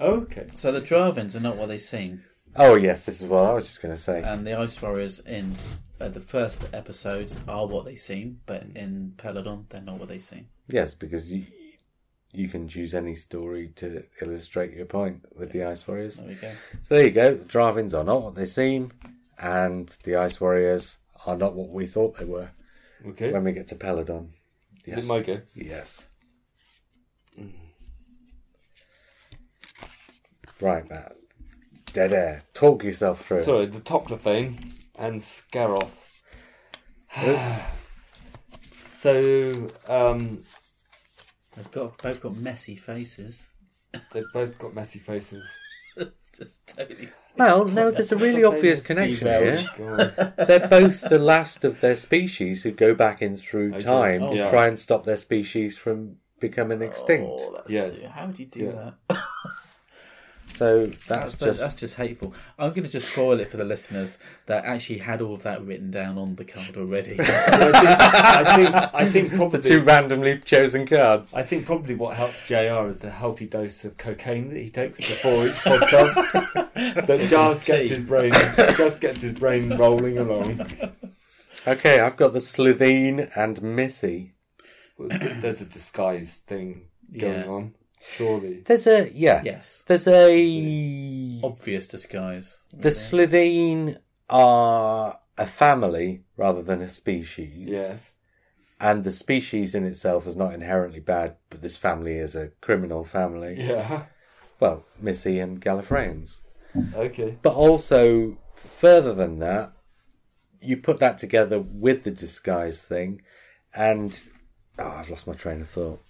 S2: Okay.
S3: So the Dravins are not what they seem,
S1: Oh yes, this is what I was just going to say.
S3: and the Ice Warriors in uh, the first episodes are what they seem, but in Peladon they're not what they seem.
S1: yes, because you you can choose any story to illustrate your point with the Ice Warriors.
S3: There we go.
S1: So there you go. The Dravins are not what they seem, and the Ice Warriors are not what we thought they were
S2: Okay.
S1: when we get to Peladon.
S2: Is it my go?
S1: Yes. Right, Matt. Dead air. Talk yourself through. it.
S2: Sorry, the Toclophane and Scaroth. (sighs) so um,
S3: They've got both got messy faces. (laughs)
S2: they've both got messy faces.
S3: Just totally.
S1: Well, no, there's a really obvious
S2: Steve
S1: connection here.
S2: Elch. God.
S1: They're both the last of their species who go back in through
S2: Okay.
S1: time
S3: Oh.
S1: to
S2: Yeah.
S1: try and stop their species from becoming extinct.
S3: Oh, that's
S2: Yes.
S3: too- How do you do
S2: Yeah.
S3: that?
S1: So
S3: That's
S1: that's,
S3: that's,
S1: just
S3: that's just hateful. I'm going to just spoil it for the listeners that actually had all of that written down on the
S1: (laughs)
S3: card already.
S2: I think I (laughs) think probably
S1: the two randomly chosen cards.
S2: I think probably what helps JR is the healthy dose of cocaine that he takes before (laughs) each podcast. that just gets his brain (laughs) just gets his brain rolling along.
S1: Okay, I've got the Slitheen and Missy.
S2: There's a disguise thing going
S3: Yeah.
S2: on, surely.
S1: There's a yeah.
S3: yes,
S1: There's a
S3: obvious disguise.
S1: the Slitheen are a family rather than a species.
S2: Yes.
S1: And the species in itself is not inherently bad, but this family is a criminal family.
S2: Yeah.
S1: Well, Missy and Gallifreyans.
S2: Okay.
S1: But also, further than that, you put that together with the disguise thing, and oh, I've lost my train of thought.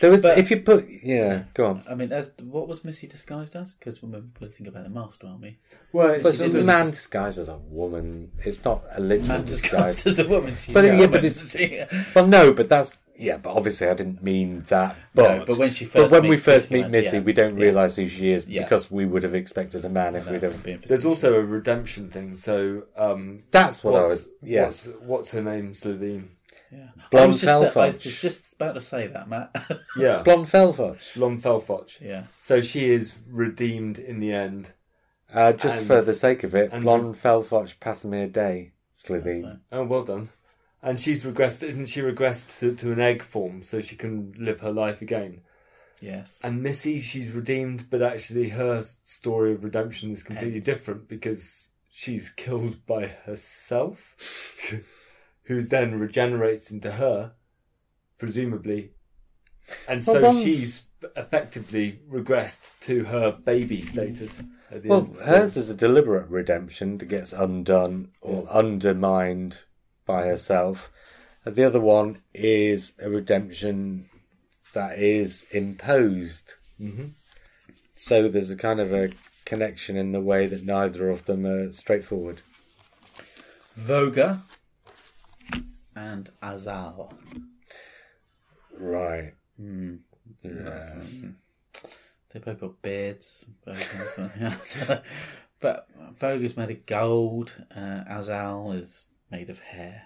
S1: There was,
S3: But-
S1: if you put, yeah, go on.
S3: I mean, as what was Missy disguised as? Because when we think about the master, aren't we?
S2: Well,
S1: But
S2: it's
S1: it's
S2: sort
S1: a
S2: of
S1: man disguised as a woman. It's not a literal
S3: Man
S1: disguise.
S3: disguised as a woman. She's
S1: But
S3: a
S1: yeah,
S3: woman.
S1: but
S3: (laughs)
S1: Well, no, but that's yeah. But obviously, I didn't mean that. But
S3: No, but when she
S1: but
S3: first
S1: when we
S3: meets
S1: first
S3: Missy,
S1: meet Missy,
S3: yeah,
S1: we don't
S3: yeah.
S1: realise who she is
S3: Yeah.
S1: because we would have expected a man if
S3: No,
S1: we'd have.
S3: being facetious.
S2: There's also a redemption thing, so um
S1: That's what I
S2: what's-
S1: was. Yes,
S2: What's, what's her name, Slovene?
S3: yeah. I was just, I was
S1: Blomfelfage.
S3: just- just about to say that, Matt. (laughs)
S2: Yeah.
S1: blonde Felfudge.
S2: Blomfelfotch.
S3: yeah,
S2: So she is redeemed in the end.
S1: Uh, just
S2: And-
S1: for the sake of it,
S2: and-
S1: blonde Felfudge Pasimir Day
S3: that's
S1: Slitheen.
S3: right.
S2: Oh, well done. And she's regressed, isn't she regressed to, to an egg form so she can live her life again?
S3: yes.
S2: And Missy, she's redeemed, but actually her story of redemption is completely
S3: Ends.
S2: different because she's killed by herself, (laughs) who then regenerates into her, presumably. And
S1: Well,
S2: so
S1: one's-
S2: she's effectively regressed to her baby status. At the
S1: Well,
S2: end of the story.
S1: hers is a deliberate redemption that gets undone or
S2: Yes.
S1: undermined by herself. And the other one is a redemption that is imposed.
S2: Mhm.
S1: So there's a kind of a connection in the way that neither of them are straightforward.
S3: Voga and Azal.
S1: Right.
S2: Mm.
S3: Hmm.
S1: Yes.
S3: They both got beards. Voga's (laughs) but Voga's made of gold. Uh, Azal is made of hair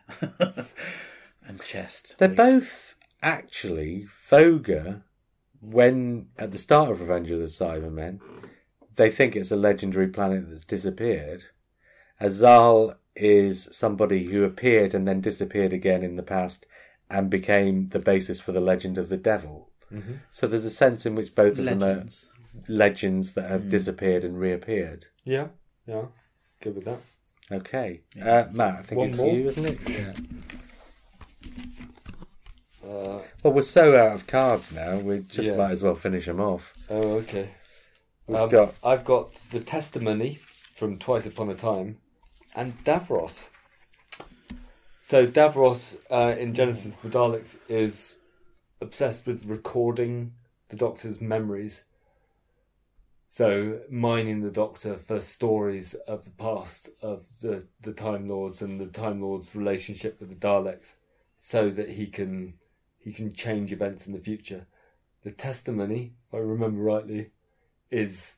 S3: (laughs) and chest.
S1: They're
S3: wigs.
S1: both actually Voga. When at the start of Revenge of the Cybermen, they think it's a legendary planet that's disappeared. Azal is somebody who appeared and then disappeared again in the past and became the basis for the legend of the devil.
S2: Mhm.
S1: So there's a sense in which both of them
S3: legends.
S1: are legends that have disappeared and reappeared.
S2: Yeah, yeah. Good with that.
S1: Okay. Uh, Matt, I think
S2: One
S1: it's
S2: more?
S1: you, isn't it? Yeah.
S2: Uh,
S1: Well, we're so out of cards now, we just
S2: Yes.
S1: might as well finish them off.
S2: oh, okay.
S1: We've
S2: Um,
S1: got
S2: I've got the testimony from Twice Upon a Time and Davros. So Davros uh, in Genesis of the Daleks is obsessed with recording the Doctor's memories. So mining the Doctor for stories of the past of the, the Time Lords and the Time Lords' relationship with the Daleks, so that he can he can change events in the future. The testimony, if I remember rightly, is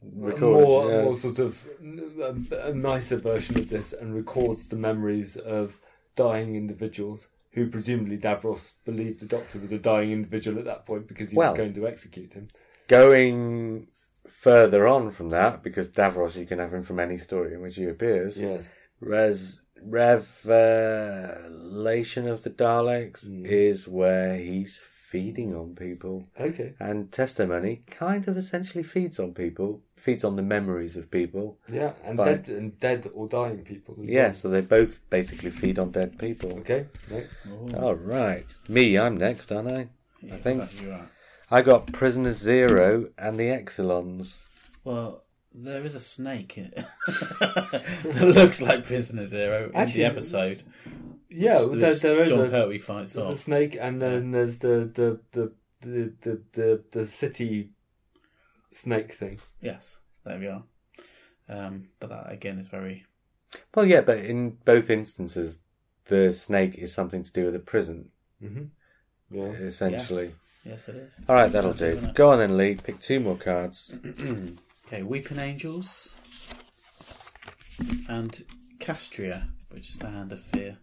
S1: recording.
S2: Uh, more,
S1: yeah.
S2: more sort of a, a nicer version of this and records the memories of dying individuals who presumably Davros believed the Doctor was a dying individual at that point because he
S1: Well-
S2: was going to execute him.
S1: Going further on from that, because Davros, you can have him from any story in which he appears.
S2: Yes.
S1: Res Revelation of the Daleks
S2: Mm.
S1: is where he's feeding on people.
S2: Okay.
S1: And testimony kind of essentially feeds on people, feeds on the memories of people.
S2: Yeah, and
S1: Fine.
S2: dead and dead or dying people. as
S1: Yeah, so they both basically feed on dead people.
S2: well. Okay. Next.
S1: All right. Me, I'm next, aren't I?
S3: Yeah,
S1: I think
S3: you are.
S1: I got Prisoner Zero and the Exelons.
S3: Well, there is a snake in it (laughs) that looks like Prisoner Zero
S2: Actually,
S3: in the episode.
S2: Yeah, well, there, there is
S3: John
S2: a,
S3: Pertwee fights
S2: there's a
S3: off.
S2: snake, and then there's the the the the the, the, the city snake thing.
S3: Yes, there we are. Um, but that again is very
S1: Well, yeah, but in both instances, the snake is something to do with a prison,
S2: Mm-hmm. Yeah.
S1: essentially.
S3: Yes. Yes, it is.
S1: All right, that'll
S3: Doesn't
S1: do.
S3: matter.
S1: Go on then, Lee. Pick two more cards.
S3: (clears throat) Okay, Weeping Angels and Castria, which is the Hand of Fear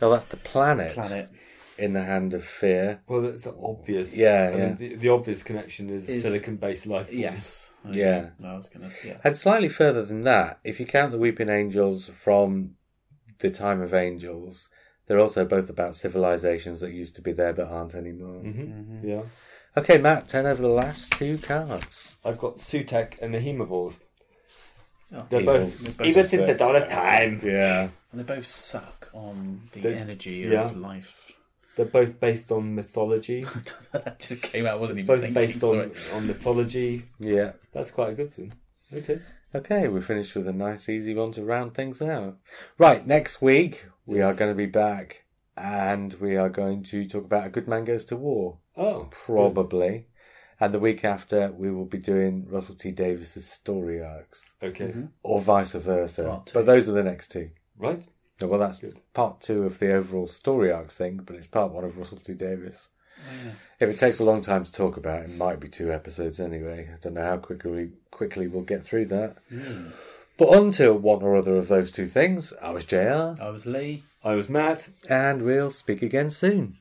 S1: Oh, that's the planet,
S3: planet.
S1: in the hand of fear.
S2: Well, that's obvious.
S1: Yeah,
S2: I mean,
S1: yeah.
S2: the, the obvious connection is,
S3: Is-
S2: silicon-based life forms.
S3: Yes. Okay.
S1: Yeah.
S3: I was gonna. Yeah.
S1: And slightly further than that, if you count the Weeping Angels from the time of angels, they're also both about civilizations that used to be there but aren't anymore.
S2: hmm Yeah.
S1: Okay, Matt, turn over the last two cards.
S2: I've got Sutek and the Hemivores.
S3: Oh,
S2: They're
S1: Hemivores.
S2: both,
S3: They're both
S2: even in the
S1: sick.
S2: dawn of time.
S1: Yeah.
S3: And they both suck on the
S2: They-
S3: energy
S2: yeah.
S3: of life. (laughs)
S2: They're both based on mythology.
S3: that just came out. I wasn't even
S2: both
S3: thinking.
S2: based on,
S3: sorry.
S2: on mythology.
S1: Yeah.
S2: That's quite a good thing. Okay.
S1: Okay, we're finished with a nice, easy one to round things out. Right, next week we are going to be back and we are going to talk about A Good Man Goes to War,
S2: Oh.
S1: probably. And the week after, we will be doing Russell T Davis's story arcs.
S2: good. Okay.
S1: or vice versa.
S3: Part two.
S1: But those are the next two.
S2: Right.
S1: No, Well, that's
S2: Good.
S1: part two of the overall story arcs thing, but it's part one of Russell T Davis.
S3: yeah.
S1: If it takes a long time to talk about, it might be two episodes anyway. I don't know how quickly we, quickly we'll get through that. But until one or other of those two things, I was JR,
S3: I was Lee.
S2: I was mad.
S1: and we'll speak again soon.